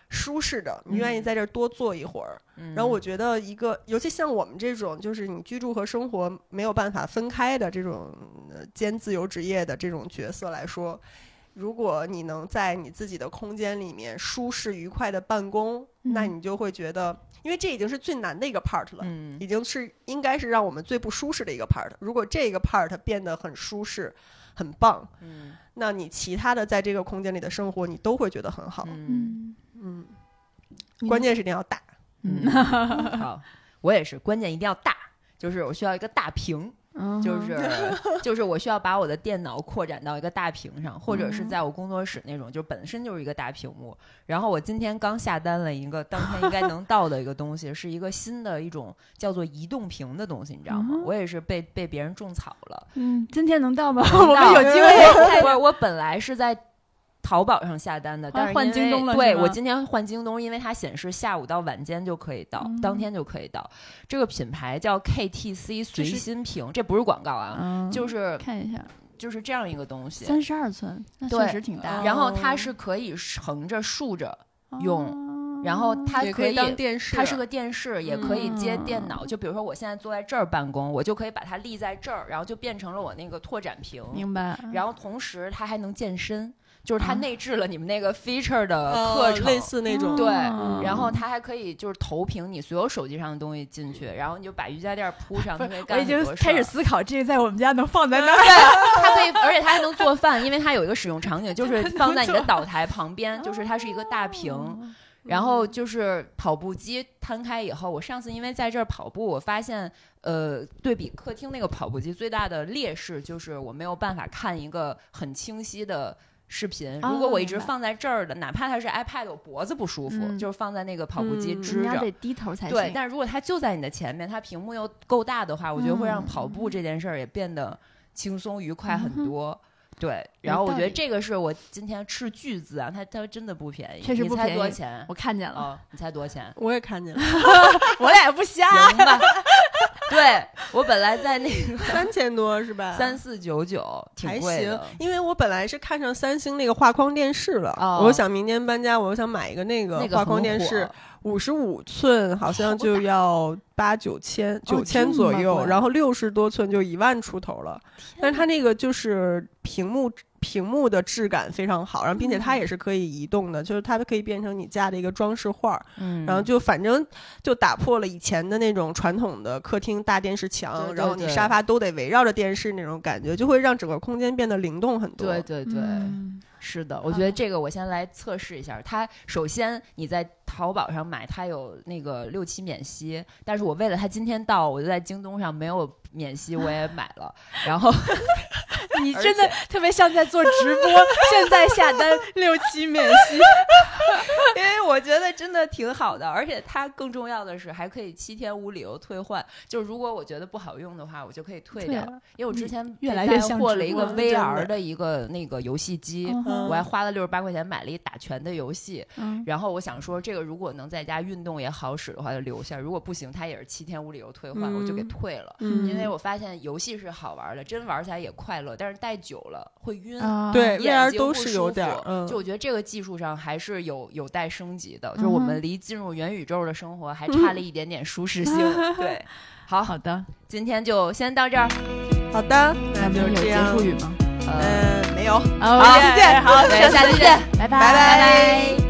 Speaker 1: 舒适的，你愿意
Speaker 2: 嗯
Speaker 1: 在这儿多坐一会儿。
Speaker 3: 嗯
Speaker 1: 然后我觉得一个，尤其像我们这种，就是你居住和生活没有办法分开的这种呃兼自由职业的这种角色来说，如果你能在你自己的空间里面舒适愉快的办公，那
Speaker 3: 嗯
Speaker 1: 你就会觉得，因为这已经是最难的一个 part 了。
Speaker 2: 嗯
Speaker 1: 已经是应该是让我们最不舒适的一个 part。如果这个 part 变得很舒适、很棒，
Speaker 2: 嗯
Speaker 1: 那你其他的在这个空间里的生活，你都会觉得很好。
Speaker 2: 嗯。
Speaker 3: 嗯，
Speaker 1: 嗯，
Speaker 3: 你
Speaker 1: 关键是你要大。
Speaker 2: 嗯， 好，我也是，关键一定要大，就是我需要一个大屏，
Speaker 3: 嗯
Speaker 2: 就是 就是我需要把我的电脑扩展到一个大屏上，或者是
Speaker 3: 嗯
Speaker 2: 在我工作室那种，就本身就是一个大屏幕。然后我今天刚下单了一个当天应该能到的一个东西，是一个新的一种叫做移动屏的东西，你知道吗
Speaker 3: 嗯？
Speaker 2: 我也是被被别人种草了。
Speaker 3: 嗯，今天能到吗？
Speaker 2: 能
Speaker 3: 我们
Speaker 2: 到
Speaker 3: 有机会。
Speaker 2: 不 是，我本来是在淘宝上下单的，但是
Speaker 3: 哦换
Speaker 2: 因为
Speaker 3: 京东了
Speaker 2: 对
Speaker 3: 是吗
Speaker 2: 我今天换京东，因为它显示下午到晚间就可以到，
Speaker 3: 嗯
Speaker 2: 当天就可以到。这个品牌叫 KTC 随心屏，这不是广告啊，
Speaker 3: 嗯
Speaker 2: 就是
Speaker 3: 看一下，
Speaker 2: 就是这样一个东西。
Speaker 3: 三哦十二寸，那
Speaker 2: 对
Speaker 3: 确实挺大的。
Speaker 2: 然后它是可以横着竖着，用
Speaker 3: 哦
Speaker 2: 然后它
Speaker 1: 也
Speaker 2: 可以
Speaker 1: 当电视，
Speaker 2: 它是个电视，也可以接电
Speaker 3: 嗯
Speaker 2: 脑。就比如说我现在坐在这儿办公，我就可以把它立在这儿，然后就变成了我那个拓展屏。
Speaker 3: 明白。
Speaker 2: 然后同时它还能健身，就是它
Speaker 3: 啊
Speaker 2: 内置了你们那个 feature 的
Speaker 1: 呃
Speaker 2: 课程，
Speaker 1: 类似那种。
Speaker 2: 对
Speaker 3: 嗯
Speaker 2: 然后它还可以就是投屏你所有手机上的东西进去，然后你就把瑜伽垫铺 上，就可以
Speaker 3: 我
Speaker 2: 干
Speaker 3: 已
Speaker 2: 很
Speaker 3: 经
Speaker 2: 多事
Speaker 3: 开 始
Speaker 2: 儿
Speaker 3: 思考，这个在我们家能放在那儿。
Speaker 2: 它可以，而且它还能做饭，因为它有一个使用场 景，就是放在你的岛台旁边，就是它是一个大
Speaker 3: 嗯
Speaker 1: 哦
Speaker 2: 屏，嗯然后就是跑步机摊开以后，我上次因为在这儿跑步，我发现，呃，对比客厅那个跑步机最大的劣势就是我没有办法看一个很清晰的视频。
Speaker 3: 哦
Speaker 2: 如果我一直
Speaker 3: 明白
Speaker 2: 放在这儿的，哪怕它是 iPad，我脖子不舒服，
Speaker 3: 嗯
Speaker 2: 就是放在那个跑步机
Speaker 1: 嗯？
Speaker 2: 支
Speaker 3: 你要
Speaker 2: 着。
Speaker 3: 得低头才行。
Speaker 2: 对，但如果它就在你的前面，它屏幕又够大的话，我觉得会让
Speaker 3: 嗯
Speaker 2: 跑步这件事儿也变得轻松愉快
Speaker 3: 嗯
Speaker 2: 很
Speaker 3: 哼
Speaker 2: 多。对，然后我
Speaker 3: 道
Speaker 2: 觉得
Speaker 3: 理
Speaker 2: 这个是我今天斥巨资啊，它它真的不便宜，
Speaker 3: 确实不
Speaker 2: 你猜
Speaker 3: 便
Speaker 2: 多少
Speaker 3: 宜
Speaker 2: 钱？
Speaker 3: 我看见了，
Speaker 2: 哦，你猜多少钱
Speaker 1: 我也看 见了，
Speaker 3: 我俩也不瞎。
Speaker 2: 行吧， 对我本 来在那个
Speaker 1: 三千多是吧？
Speaker 2: 三四九九，
Speaker 1: 还
Speaker 2: 挺贵
Speaker 1: 行
Speaker 2: 的。，
Speaker 1: 因为我本来是看上三星那个画框电视了，
Speaker 2: 哦
Speaker 1: 我想明年搬家，我想买一个那个
Speaker 2: 那个
Speaker 1: 画框
Speaker 2: 很
Speaker 1: 电
Speaker 2: 火
Speaker 1: 视，五十五寸好像就要八九千、
Speaker 3: 哦这
Speaker 1: 九
Speaker 3: 么
Speaker 1: 千左右，
Speaker 3: 贵
Speaker 1: 然后六十多寸就一万出头了。但是它那个就是屏幕屏幕的质感非常好，然后并且
Speaker 3: 嗯
Speaker 1: 它也是可以移动的，就是它可以变成你家的一个装饰画儿，
Speaker 2: 嗯
Speaker 1: 然后就反正就打破了以前的那种传统的客厅大电视墙，
Speaker 2: 对对
Speaker 1: 然后你
Speaker 2: 对
Speaker 1: 沙发都得围绕着电视那种感觉，就会让整个空间变得灵动很多。
Speaker 2: 对对对，
Speaker 3: 嗯
Speaker 4: 是的，
Speaker 2: 我觉得
Speaker 3: 啊
Speaker 2: 这个我先来测试一下。它首先你在淘宝上买，它有那个六七免息，但是我为了它今天到，我就在京东上没有免息，我也买了。然后
Speaker 3: 你
Speaker 2: 而
Speaker 3: 真的特别像在做直播， 现在下单 六七免息，
Speaker 2: 因为我觉得真的挺好的，而且它更重要的是还可以七天无理由退换，就是如果我觉得不好用的话，我就可以退掉。因为我之前
Speaker 3: 越
Speaker 2: 被
Speaker 3: 来越
Speaker 2: 带
Speaker 3: 像
Speaker 2: 货
Speaker 3: 直
Speaker 2: 了一
Speaker 3: 播
Speaker 2: 个
Speaker 3: 了
Speaker 1: 真
Speaker 2: VR
Speaker 1: 的
Speaker 2: 的一个那个游戏机，
Speaker 1: 嗯
Speaker 2: 我还花了六十八块钱买了一打拳的游戏。
Speaker 3: 嗯，
Speaker 2: 然后我想说，这个如果能在家运动也好使的话，就留下；如果不行，它也是七天无理由退换，我就给
Speaker 1: 嗯
Speaker 2: 退了。
Speaker 1: 嗯
Speaker 2: 因为我发现游戏是好玩的，真玩起来也快乐，但是戴久了会晕。
Speaker 3: 啊
Speaker 1: 对
Speaker 2: 眼
Speaker 1: VR
Speaker 2: 睛
Speaker 1: 都
Speaker 2: 不
Speaker 1: 是
Speaker 2: 舒
Speaker 1: 有
Speaker 2: 服
Speaker 1: 点儿嗯
Speaker 2: 就我觉得这个技术上还是有有待升级的，就是我
Speaker 3: 嗯哼
Speaker 2: 们离进入元宇宙的生活还差了一点点 舒适性。对，好，
Speaker 3: 好的，
Speaker 2: 今天就先到这儿，
Speaker 1: 好的，那
Speaker 3: 咱
Speaker 1: 就
Speaker 3: 们有
Speaker 1: 这
Speaker 3: 结
Speaker 1: 样。
Speaker 3: 束语吗？哎
Speaker 2: 呃，
Speaker 1: 嗯，没有，
Speaker 3: 好
Speaker 2: 好，
Speaker 1: 见
Speaker 2: 好，对，下期见，
Speaker 3: 拜拜
Speaker 2: 拜
Speaker 1: 拜
Speaker 2: 拜。